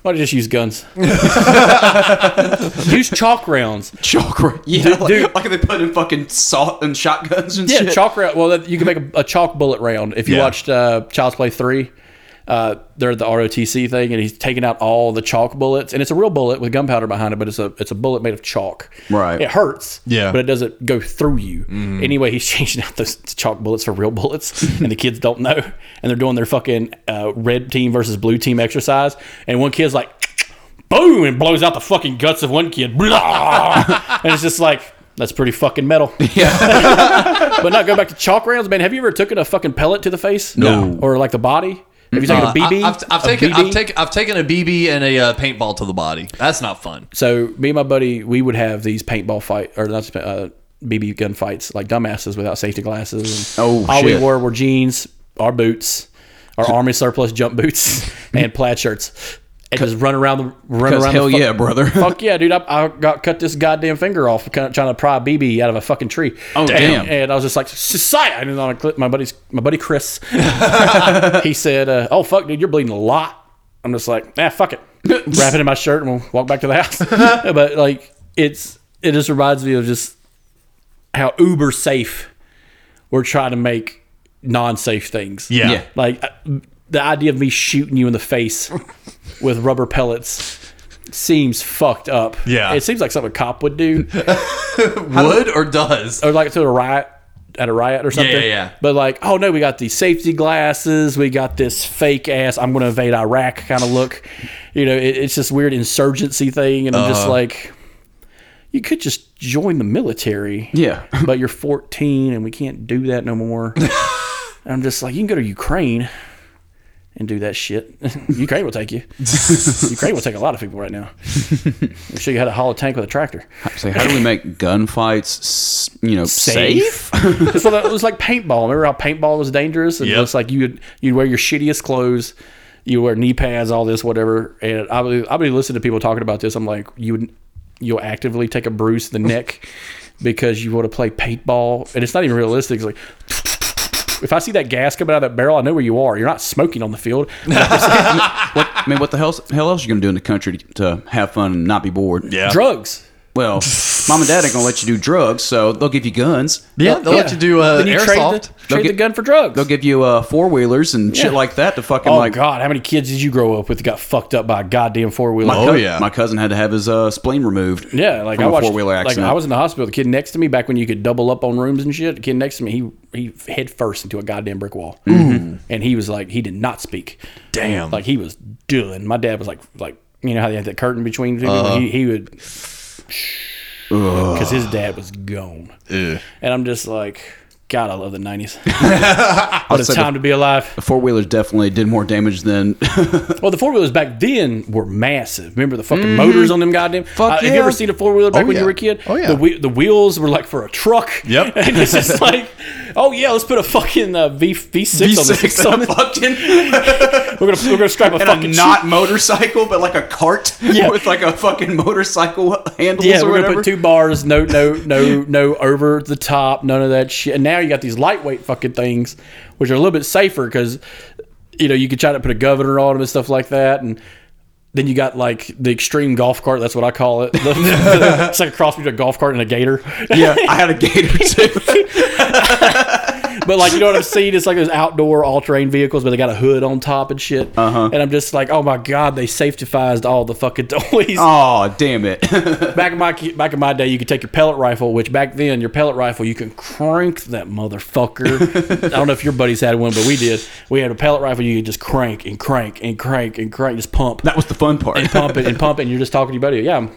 A: why don't you just use guns? use chalk rounds.
C: Chalk, ra- yeah, like,
A: dude.
C: like they put in fucking salt and shotguns and
A: Yeah,
C: shit.
A: chalk round. Well, that- you can make a, a chalk bullet round. If you
B: Yeah.
A: watched uh, Child's Play three, uh, they're at the ROTC thing, and he's taking out all the chalk bullets, and it's a real bullet with gunpowder behind it, but it's a it's a bullet made of chalk.
C: Right.
A: It hurts.
B: Yeah. Mm-hmm.
A: But it doesn't go through you. Anyway, he's changing out those chalk bullets for real bullets, and the kids don't know, and they're doing their fucking uh, red team versus blue team exercise, and one kid's like, boom, and blows out the fucking guts of one kid, Blah! and it's just like. That's pretty fucking metal. But not go back to chalk rounds, man. Have you ever taken a fucking pellet to the face?
C: No.
A: Or like the body? Have you taken a BB?
B: Uh, I, have I've
A: A
B: taken
A: BB?
B: I've taken I've taken a BB and a uh, paintball to the body. That's not fun.
A: So me and my buddy, we would have these paintball fight or not uh, BB gun fights, like dumbasses without safety glasses. And
C: Oh,
A: all we
C: shit.
A: wore were jeans, our boots, our army surplus jump boots, and plaid shirts, and just run around the run
C: Because
A: around.
C: hell
A: the fuck-
C: yeah, brother.
A: Fuck yeah, dude! I, I got cut this goddamn finger off trying to pry a BB out of a fucking tree.
C: Oh, damn.
A: And I was just like, society. And then on a clip, my buddy's my buddy Chris, he said, uh, "Oh fuck, dude, you're bleeding a lot." I'm just like, "Ah, fuck it." Wrap it in my shirt and we'll walk back to the house. but like, it's it just reminds me of just how uber safe we're trying to make non-safe things.
B: Yeah.
C: Yeah.
A: Like I- the idea of me shooting you in the face with rubber pellets seems fucked up.
B: Yeah.
A: It seems like something a cop would do
B: Would or does?
A: or like to a riot at a riot or something.
B: yeah, yeah.
A: But like, oh no, we got these safety glasses. We got this fake ass. I'm going to invade Iraq kind of look. You know, it, it's this weird insurgency thing, and I'm just
B: Uh-huh.
A: like, you could just join the military.
C: Yeah.
A: But you're 14, and we can't do that no more. And I'm just like, you can go to Ukraine. And do that shit. Ukraine will take you. Ukraine will take a lot of people right now. I'm sure you had a hollow tank with a tractor.
C: So how do we make gunfights, s- you know, safe?
A: it's like, it was like paintball. Remember how paintball was dangerous? And
B: Yep.
A: It was like you'd you'd wear your shittiest clothes, you wear knee pads, all this, whatever. And I would I would listen to people talking about this. I'm like, you would you'll actively take a bruise to the neck because you want to play paintball, and it's not even realistic. It's like. If I see that gas coming out of that barrel, I know where you are. You're not smoking on the field.
C: What, I mean, what the hell, hell else you gonna do in the country to, to have fun and not be bored?
B: Yeah.
A: Drugs.
C: Well, mom and dad ain't gonna let you do drugs, so they'll give you guns.
B: Yeah, they'll let you do uh,
A: Then you trade the-
B: airsoft.
A: Trade the,
C: They'll get-
A: gun for drugs.
C: They'll give you uh, four wheelers and
A: Yeah.
C: shit like that to fucking
A: oh
C: like.
A: God, how many kids did you grow up with that got fucked up by a goddamn four wheeler?
B: Oh, yeah.
C: My cousin had to have his uh, spleen removed.
A: Yeah, like I
C: from a
A: watched.
C: four wheeler accident.
A: Like I was in the hospital. The kid next to me, back when you could double up on rooms and shit. The kid next to me, he he head first into a goddamn brick wall,
C: Mm-hmm.
A: and he was like, he did not speak.
B: Damn.
A: like he was done. My dad was like, like you know how they had that curtain between people. he, he would, because his dad was gone,
B: Ugh.
A: and I'm just like, God, I love the '90s.
C: I'll
A: what a
C: say
A: time to be alive.
C: The four wheelers definitely did more damage than
A: Well, the four wheelers back then were massive. Remember the fucking motors on them goddamn. Fuck Have you
B: yeah.
A: ever seen a four wheeler back
B: Oh,
A: when
B: yeah.
A: you were a kid?
B: Oh, yeah.
A: The, whe- the wheels were like for a truck.
B: Yep.
A: and it's just like, oh yeah, let's put a fucking uh, v V six on this.
C: V6
A: On
C: a
A: this.
C: fucking
A: We're gonna we're gonna strap a
C: and a
A: fucking
C: not motorcycle, but like a cart
A: Yeah.
C: with like a fucking motorcycle handles
A: Yeah,
C: or
A: we're gonna
C: whatever.
A: put two bars, no, no, no, no over the top, none of that shit. And now you got these lightweight fucking things, which are a little bit safer because, you know, you could try to put a governor on them and stuff like that, and then you got like the extreme golf cart. That's what I call it. it's like a cross between a golf cart and a gator.
C: yeah, I had a gator too.
A: But like, you know what I'm seeing? It's like those outdoor all-terrain vehicles, but they got a hood on top and shit. Uh-huh. And I'm just like, oh my god, they safetyized all the fucking toys.
C: oh, damn it.
A: back in my back in my day, you could take your pellet rifle, which back then your pellet rifle you can crank that motherfucker. I don't know if your buddies had one, but we did. We had a pellet rifle you could just crank and crank and crank and crank, just pump,
C: That was the fun part.
A: pump it and pump it, and you're just talking to your buddy. Yeah, I'm,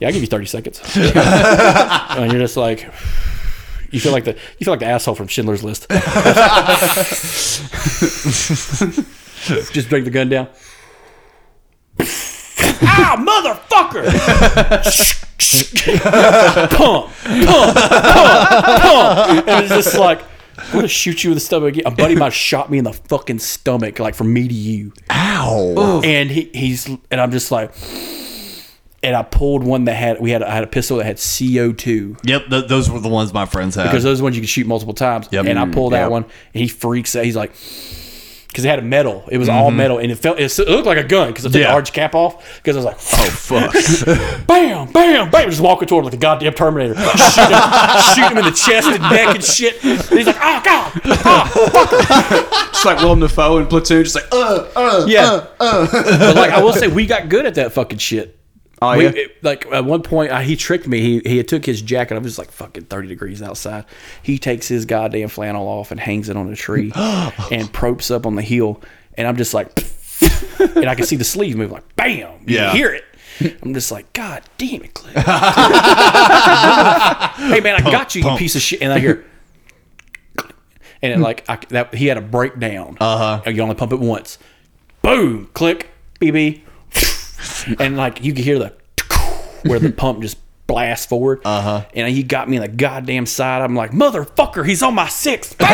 A: yeah, I give you thirty seconds, and you're just like, You feel like the you feel like the asshole from Schindler's List. Just drink the gun down. ah, motherfucker! pump, pump, pump, pump, and it's just like. I'm gonna shoot you in the stomach again. A buddy of mine shot me in the fucking stomach, like from me to you
B: Ow.
A: and he, he's and I'm just like, and I pulled one that had we had I had a pistol that had CO two
B: Yep, th- those were the ones my friends had.
A: because those ones you can shoot multiple times.
B: Yep.
A: And I pulled that
C: Yep.
A: one, and he freaks out. He's like, because it had a metal, it was all metal, and it felt it looked like a gun because I took
B: Yeah.
A: the orange cap off because I was like,
C: Oh fuck!
A: bam, bam, bam, just walking toward him like a goddamn Terminator, shoot him, shoot him in the chest and neck and shit. And he's like, oh god, ah,
C: Just like Willem Dafoe and Platoon, just like uh, uh.
A: Yeah. but like I will say, we got good at that fucking shit.
C: Oh,
A: We-
C: yeah?
A: it- like at one point, I, he tricked me. He he had took his jacket. I was like fucking thirty degrees outside. He takes his goddamn flannel off and hangs it on a tree and propes up on the hill. And I'm just like, and I can see the sleeve move like bam. You
B: Yeah.
A: hear it. I'm just like, God damn it, Cliff. hey man, I got you, you piece of shit. And I hear, and it like I, that he had a breakdown. Uh
C: Uh-huh.
A: huh. You only pump it once. Boom, click, BB, and like you could hear the where the pump just blasts forward. Uh huh. And he got me in the goddamn side. I'm like, motherfucker, he's on my six. and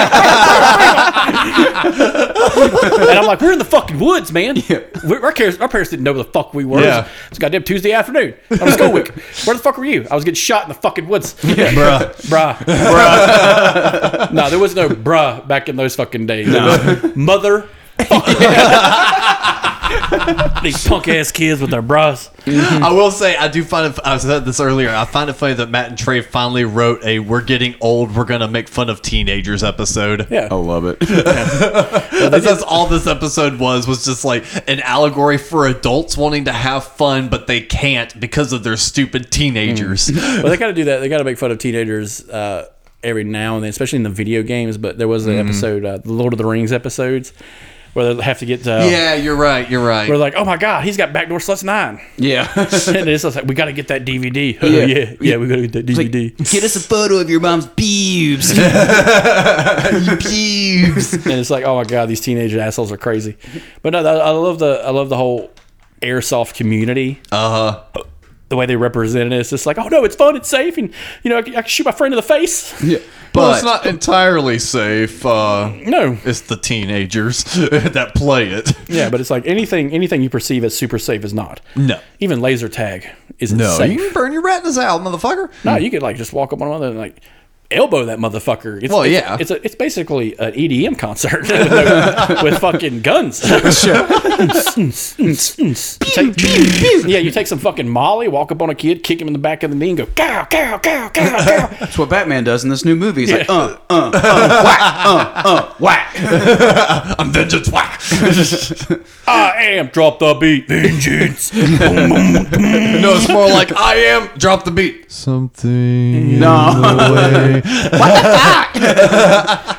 A: I'm like, we're in the fucking woods, man. We're, our, parents, our parents didn't know where the fuck we were.
B: Yeah.
A: It's goddamn Tuesday afternoon. I was going, where the fuck were you? I was getting shot in the fucking woods.
B: Bruh.
A: Bruh. No, there was no bruh back in those fucking days. Mother. These punk ass kids with their bras.
B: I will say, I do find it. I said this earlier. I find it funny that Matt and Trey finally wrote a "We're getting old. We're gonna make fun of teenagers" episode.
A: Yeah.
C: I love it.
B: That's, that's all this episode was. Was just like an allegory for adults wanting to have fun, but they can't because of their stupid teenagers.
A: Well, they got to do that. They got to make fun of teenagers uh, every now and then, especially in the video games. But there was an episode, uh, the Lord of the Rings episodes, where they have to get. Uh,
B: yeah, you're right. You're right.
A: We're like, oh my god, he's got backdoor sluts nine.
C: Yeah.
A: and it's just like, we got to get that DVD. Oh,
C: Yeah.
A: yeah. yeah, we got to get that DVD.
C: Get us a photo of your mom's boobs.
B: Pews.
A: and it's like, oh my god, these teenage assholes are crazy. But no, I I love the I love the whole airsoft community. Uh
B: Uh-huh.
A: huh. The way they represented it, it's just like, oh no, it's fun, it's safe, and you know, I can, I can shoot my friend in the face.
C: yeah.
B: Well, it's not entirely safe. Uh,
A: No,
B: it's the teenagers that play it.
A: yeah, but it's like anything anything you perceive as super safe is not.
B: No.
A: even laser tag isn't
B: No,
A: safe.
B: you can burn your retinas out, motherfucker.
A: no, you could like just walk up on another and like elbow that motherfucker. It's,
B: Well,
A: it's-
B: yeah.
A: it's a, it's basically an EDM concert with, no- with fucking guns. You take- yeah, you take some fucking Molly, walk up on a kid, kick him in the back of the knee, and go cow, cow, cow, cow, cow.
C: That's what Batman does in this new movie. He's like, uh, uh, uh, whack, uh, uh, whack.
B: I'm vengeance whack.
A: I am drop the beat, vengeance.
B: No, it's more like I am. Drop the beat. Something.
C: No.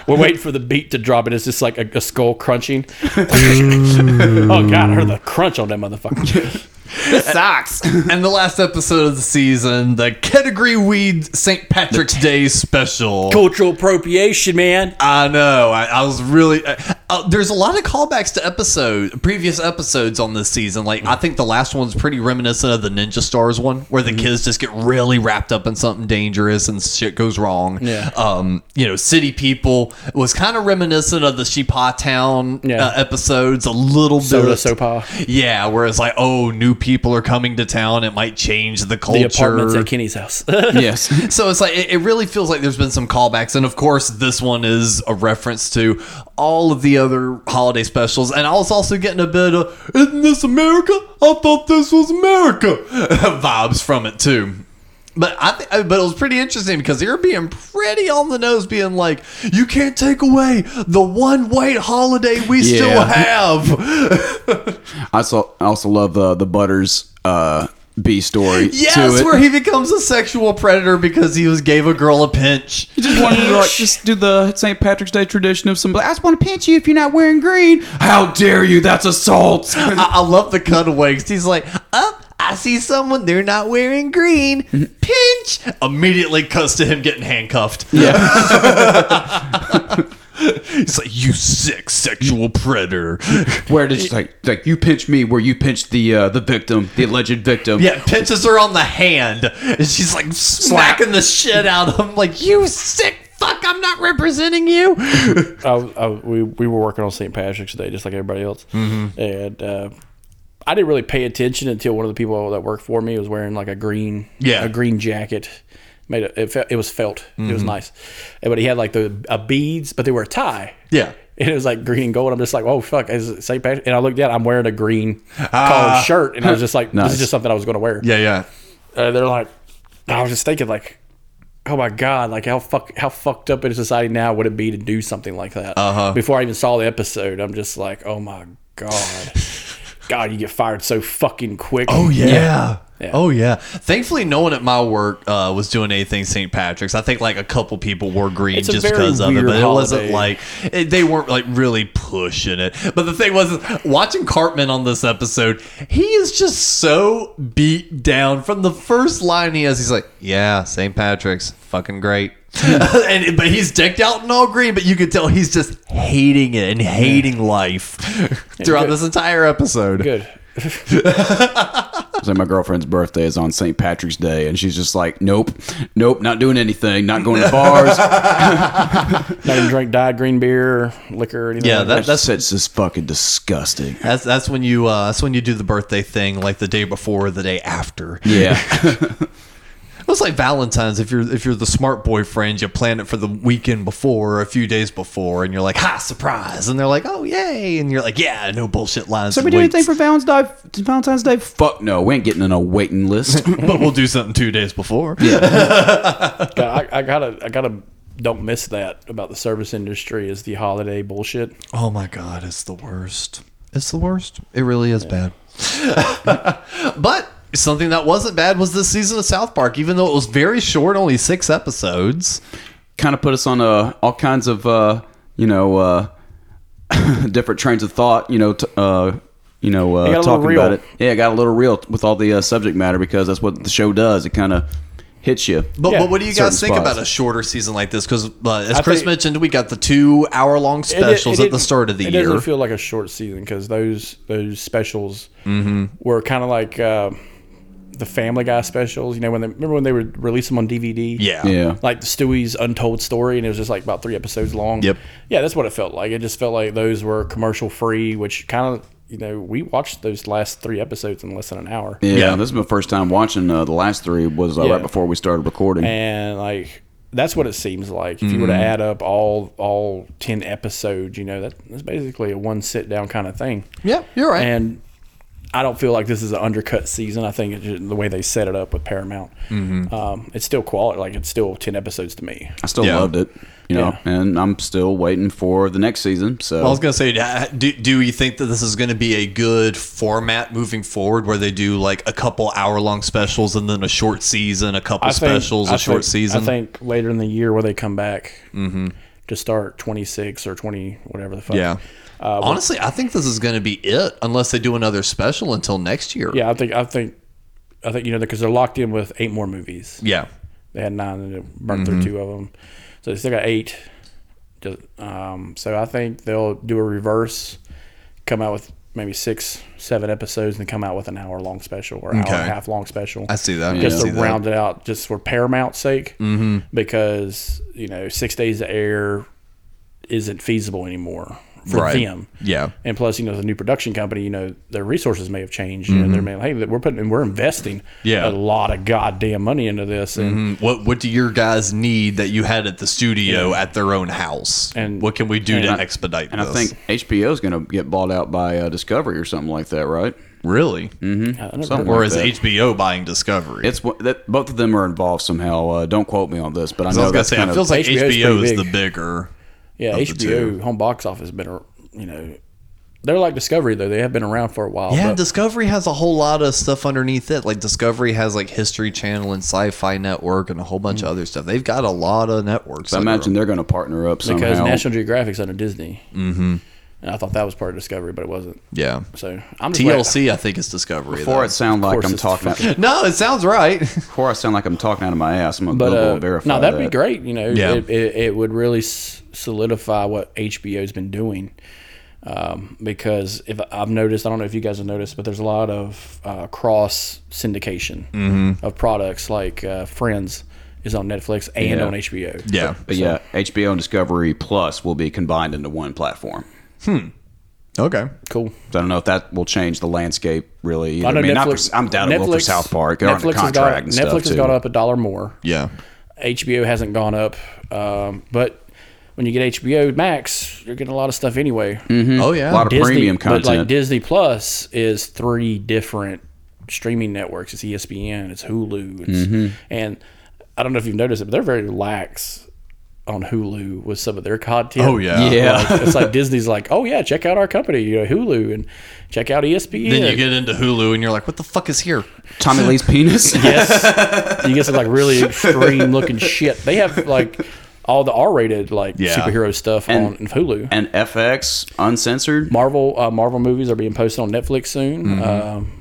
A: We're waiting for the beat to drop, and it's just like a, a skull crunching. oh god, I heard the crunch on that motherfucker.
C: Socks.
B: And the last episode of the season, the Category Weed St. Patrick's Day special.
A: Cultural appropriation, man.
B: I know. I, I was really. Uh, uh, there's a lot of callbacks to episode previous episodes on this season. Like I think the last one's pretty reminiscent of the Ninja Stars one, where
A: Mm-hmm.
B: the kids just get really wrapped up in something dangerous and shit goes wrong.
A: Yeah.
B: Um. You know, city people was kind of reminiscent of the Sheepaw Town
A: Yeah.
B: uh, episodes a little
A: Soda
B: bit.
A: sopa.
B: Yeah, where it's like, oh, new people are coming to town. It might change the culture.
A: The apartments at Kenny's house.
C: Yes.
B: So it's like it, it really feels like there's been some callbacks, and of course, this one is a reference to all of the other holiday specials. And I was also getting a bit of "Isn't this America? I thought this was America" vibes from it too. But I th- but it was pretty interesting because they were being pretty on the nose, being like, "You can't take away the one white holiday we still
C: Yeah.
B: have."
C: I also, I also love the, the Butters uh, B story. to
B: yes,
C: it.
B: where he becomes a sexual predator because he was gave a girl a pinch.
C: just wanted to like just do the St. Patrick's Day tradition of somebody. I just want to pinch you if you're not wearing green. How dare you? That's assault.
B: I, I love the cutaways. He's like, up. I see someone. They're not wearing green. Pinch. Breach immediately cuts to him getting handcuffed.
C: Yeah.
B: He's like, "You sick sexual predator."
C: Where did you like like you pinch me where you pinched the uh, the victim, the alleged victim.
B: Yeah, pinches her on the hand, and she's like smacking the shit out of him. Like, "You sick fuck! I'm not representing you."
A: I, I, we, we were working on St. Patrick's Day, just like everybody else. And uh, I didn't really pay attention until one of the people that worked for me was wearing like a green,
B: Yeah.
A: a green jacket. Made a, it, fe- it was felt. It was nice. And, but he had like the uh, beads, but they were a tie.
B: Yeah.
A: And it was like green and gold. I'm just like, oh fuck, is it St. Patrick? And I looked down. I'm wearing a green collared shirt, and I was just like, this
C: Nice.
A: is just something I was going to wear.
B: Yeah, yeah.
A: Uh, they're like, I was just thinking like, oh my god, like how fuck how fucked up in society now would it be to do something like that? Uh-huh. Before I even saw the episode, I'm just like, oh my god, God, you get fired so fucking quick.
B: Oh yeah.
A: Yeah.
B: Oh yeah. Thankfully, no one at my work uh, was doing anything St. Patrick's. I think like a couple people wore green
A: It's a
B: just
A: very
B: because of it,
A: weird
B: but it wasn't
A: holiday.
B: like it, they weren't like really pushing it. But the thing was, watching Cartman on this episode, he is just so beat down from the first line he has. He's like, "Yeah, St. Patrick's, fucking great."
A: Hmm.
B: and but he's decked out in all green, but you could tell he's just hating it and hating life throughout this entire episode.
A: good.
C: So my girlfriend's birthday is on St. Patrick's Day and she's just like, Nope, nope, not doing anything, not going to bars.
A: Not even drink dyed green beer, liquor, or anything.
B: Yeah,
A: like
B: that, that's
C: That's it's just fucking disgusting.
B: That's that's when you uh, that's when you do the birthday thing like the day before or the day after.
C: Yeah.
B: It was like Valentine's if you're if you're the smart boyfriend, you plan it for the weekend before or a few days before and you're like, "Ha, surprise." And they're like, "Oh, yay." And you're like, "Yeah, no bullshit lines."
C: So we
B: and
C: do
B: waits.
C: anything for Valentine's Day? Valentine's Day? Fuck no, we ain't getting on a waiting list.
B: but we'll do something 2 days before.
A: God, I, I gotta, I gotta, don't miss that about the service industry is the holiday bullshit.
B: Oh my god, it's the worst. It's the worst. It really is bad. but something that wasn't bad was this season of South Park, even though it was very short, only 6 episodes.
C: kind of put us on uh, all kinds of uh, you know uh, different trains of thought. You know, t- uh, you know,
A: got a
C: uh,
A: little
C: talking about
A: real.
C: it. Yeah, it got a little real with all the uh, subject matter because that's what the show does. It kind of hits you.
B: But,
A: Yeah.
B: but what do you guys
C: Certain
B: think
C: spots.
B: about a shorter season like this? Because uh, as
A: I
B: Chris
A: think-
B: mentioned, we got the two hour long
A: It- it-
B: specials
A: it
B: at the
A: didn't-
B: start of the
A: it
B: year.
A: doesn't feel like a short season because those those specials
B: Mm-hmm.
A: were kind of like uh, the Family Guy specials. You know when they remember when they would release them on DVD.
B: yeah.
C: yeah,
A: Like Stewie's Untold Story, and it was just like about three episodes long.
B: Yep.
A: Yeah, that's what it felt like. It just felt like those were commercial free, which kind of you know we watched those last three episodes in less than an hour.
C: yeah.
B: Yeah.
C: This is my first time watching uh, the last three. Was uh,
A: Yeah.
C: right before we started recording.
A: and like that's what it seems like. If you were to
B: Mm-hmm.
A: add up all all ten episodes, you know that that's basically a one sit down kind of thing.
B: Yeah, you're right.
A: And I don't feel like this is an undercut season. I think it's just the way they set it up with Paramount,
B: Mm-hmm.
A: um, it's still quality. Like it's still ten episodes to me.
C: I still
B: Yeah.
C: loved it. You know, and I'm still waiting for the next season. So
B: I was gonna say, uh, do, do you think that this is gonna be a good format moving forward, where they do like a couple hour long specials and then a short season, a couple
A: I think-
B: specials,
A: I
B: a
A: think-
B: short season? Mm-hmm.
A: I think later in the year where they come back to start twenty six or twenty whatever the fuck.
B: yeah. Honestly, I think this is gonna be it, unless they do another special until next year.
A: yeah. I think I think I think you know because they're locked in with eight more movies.
B: Yeah.
A: They had nine and it burned
B: Mm-hmm.
A: through two of them. So they still got eight. Just, um, so I think they'll do a reverse, come out with maybe six, seven episodes, and come out with an hour long special or hour and
B: Okay.
A: a half long special.
B: I see that. I
A: Just
B: see
A: to
B: that.
A: round it out, just for Paramount's sake, mm-hmm. because you know six days to air isn't feasible anymore for
B: Right.
A: them.
B: Yeah.
A: And plus, you know, the new production company, you know, their resources may have changed. You know, they're may, hey, we're putting, we're investing
B: Mm-hmm. Yeah.
A: a lot of goddamn money into this, and
B: Hmm, What What do your guys need that you had at the studio at their own house?
A: And-
B: what can we do to
C: I-
B: expedite
C: and
B: this?
C: I think HBO is going to get bought out by uh, Discovery or something like that, right?
B: really,
A: I never
C: Something
B: or
C: like
B: is
C: that.
B: HBO buying Discovery?
C: It's one- that both of them are involved somehow. Uh, don't quote me on this, but I
B: So
C: know
B: I was gonna
C: that's
B: say,
C: kind
B: it
C: of
B: feels like
A: HBO is
B: HBO is
A: pretty
B: the
A: big.
B: bigger.
A: Yeah,
B: of the two.
A: HBO home box office has been, a- you know, they're like Discovery though. They have been around for a while.
B: Yeah,
A: but
B: Discovery has a whole lot of stuff underneath it. Like Discovery has like History Channel and Sci-Fi Network and a whole bunch of other stuff. They've got a lot of networks.
C: I
B: under
C: imagine they're going to partner up somehow.
A: because National Geographic's under Disney. Mm-hmm. And I thought that was part of Discovery, but it wasn't.
B: Yeah.
A: So I'm just glad-
B: TLC, I think, is Discovery.
C: Before
B: though.
C: I sound
A: course
C: like I'm
A: it's
C: talking, out,
B: no, it sounds right.
C: before I sound like I'm talking out of my ass, I'm gonna
A: But
C: Google
A: uh,
C: and verify.
A: no, that'd
C: that.
A: be great. You know,
B: Yeah.
A: it, it, it would really s- solidify what HBO's been doing. Um, because if I've noticed, I don't know if you guys have noticed, but there's a lot of uh, cross syndication of products like uh, Friends is on Netflix and
C: Yeah.
A: on HBO.
B: yeah.
C: But yeah, HBO and Discovery Plus will be combined into one platform.
B: Okay.
A: Cool.
C: So I don't know if that will change the landscape really.
A: I know
C: mean, not
A: Netflix.
C: for, I'm doubtful for South Park. They're under
A: has
C: contract
A: gone,
C: and
A: Netflix
C: stuff
A: has
C: too.
A: gone up a dollar more.
B: Yeah.
A: HBO hasn't gone up, um, but when you get HBO Max, you're getting a lot of stuff anyway.
B: Oh
C: A lot
B: yeah.
C: of Hmm. premium content.
A: But like Disney Plus is three different streaming networks. It's E ESPN, it's Hulu, it's,
C: Mm-hmm.
A: and I don't know if you've noticed it, but they're very lax on Hulu with some of their content.
B: Oh yeah.
C: yeah.
A: Like, it's like Disney's like, oh yeah, check out our company, you know, Hulu, and check out E ESPN.
B: Then you get into Hulu and you're like, what the fuck is here?
C: Tommy Lee's penis.
A: yes, you get some like really extreme looking shit. They have like all the R-rated like
B: Yeah.
A: superhero stuff on Hulu.
C: And FX uncensored.
A: Marvel uh, Marvel movies are being posted on Netflix soon.
B: Mm-hmm.
A: Um,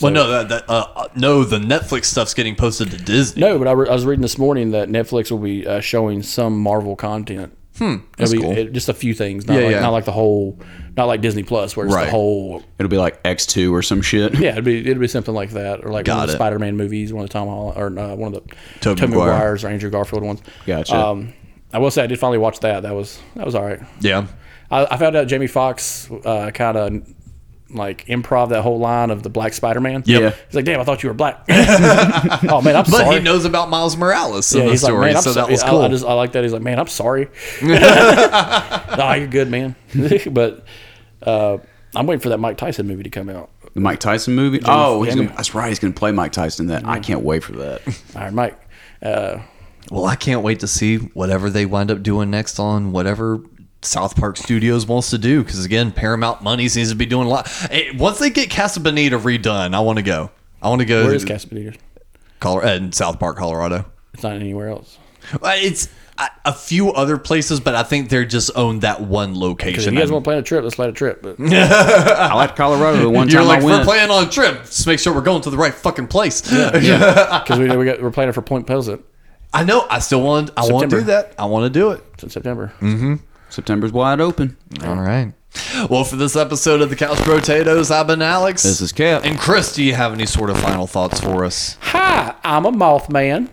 B: well, no, that, that uh, uh, no, the Netflix stuff's getting posted to Disney.
A: No, but I, re- I was reading this morning that Netflix will be uh, showing some Marvel content. Hmm, that's
B: cool.
A: just a few things, not,
B: Yeah,
A: like,
B: yeah.
A: not like the whole, not like Disney Plus, where it's
B: Right.
A: the whole.
C: It'll be like X2 or some shit.
A: Yeah, it'd be it'd be something like that, or like one
B: Got
A: of the
B: it.
A: Spider-Man movies, one of the Tom Holland, or uh, one of the
B: Tobey
A: Tobey
B: Maguire.
A: Maguire's or Andrew Garfield ones.
C: Gotcha.
A: Um, I will say I did finally watch that. That was that was all right.
B: Yeah.
A: I, I found out Jamie Foxx uh, kind of like improv that whole line of the Black Spider-Man.
C: Yeah.
A: He's like, damn, I thought you were black. oh man, I'm
B: But
A: sorry.
B: he knows about Miles Morales in
A: Yeah,
B: the
A: he's
B: story,
A: like, man, I'm
B: so that
A: sorry."
B: was
A: I-
B: cool.
A: I, just I like that. He's like, man, I'm sorry. nah, you're good, man. but uh, I'm waiting for that Mike Tyson movie to come out.
C: The Mike Tyson movie. oh, he's
A: Jamie-
C: gonna, that's right. He's going to play Mike Tyson. in That I can't wait for that.
A: All right, Mike. Uh,
B: Well, I can't wait to see whatever they wind up doing next on whatever South Park Studios wants to do. Because again, Paramount money seems to be doing a lot. Eh, once they get Casa Bonita redone, I want to go. I want to go
A: where
B: to
A: is Caspian?
B: Colo- eh, in South Park, Colorado.
A: It's not anywhere else.
B: Uh, It's a, a few other places, but I think they're just owned that one
A: If you
B: location.
A: guys
B: I'm-
A: want to plan a trip, let's plan a trip. But
C: I liked Colorado the one
B: You're
C: time
B: like,
C: I
B: we're
C: went.
B: planning on a trip. Just make sure we're going to the right fucking place.
A: because we, we got, we're planning for Point Pleasant
B: I know. I still want. I want to do
A: September.
B: that. I want to do it.
A: it's in September.
C: September's wide open.
B: All right. Well, for this episode of the Couch Potatoes, I've been Alex.
C: This is Cap.
B: And Chris, do you have any sort of final thoughts for us?
A: Hi, I'm a Mothman.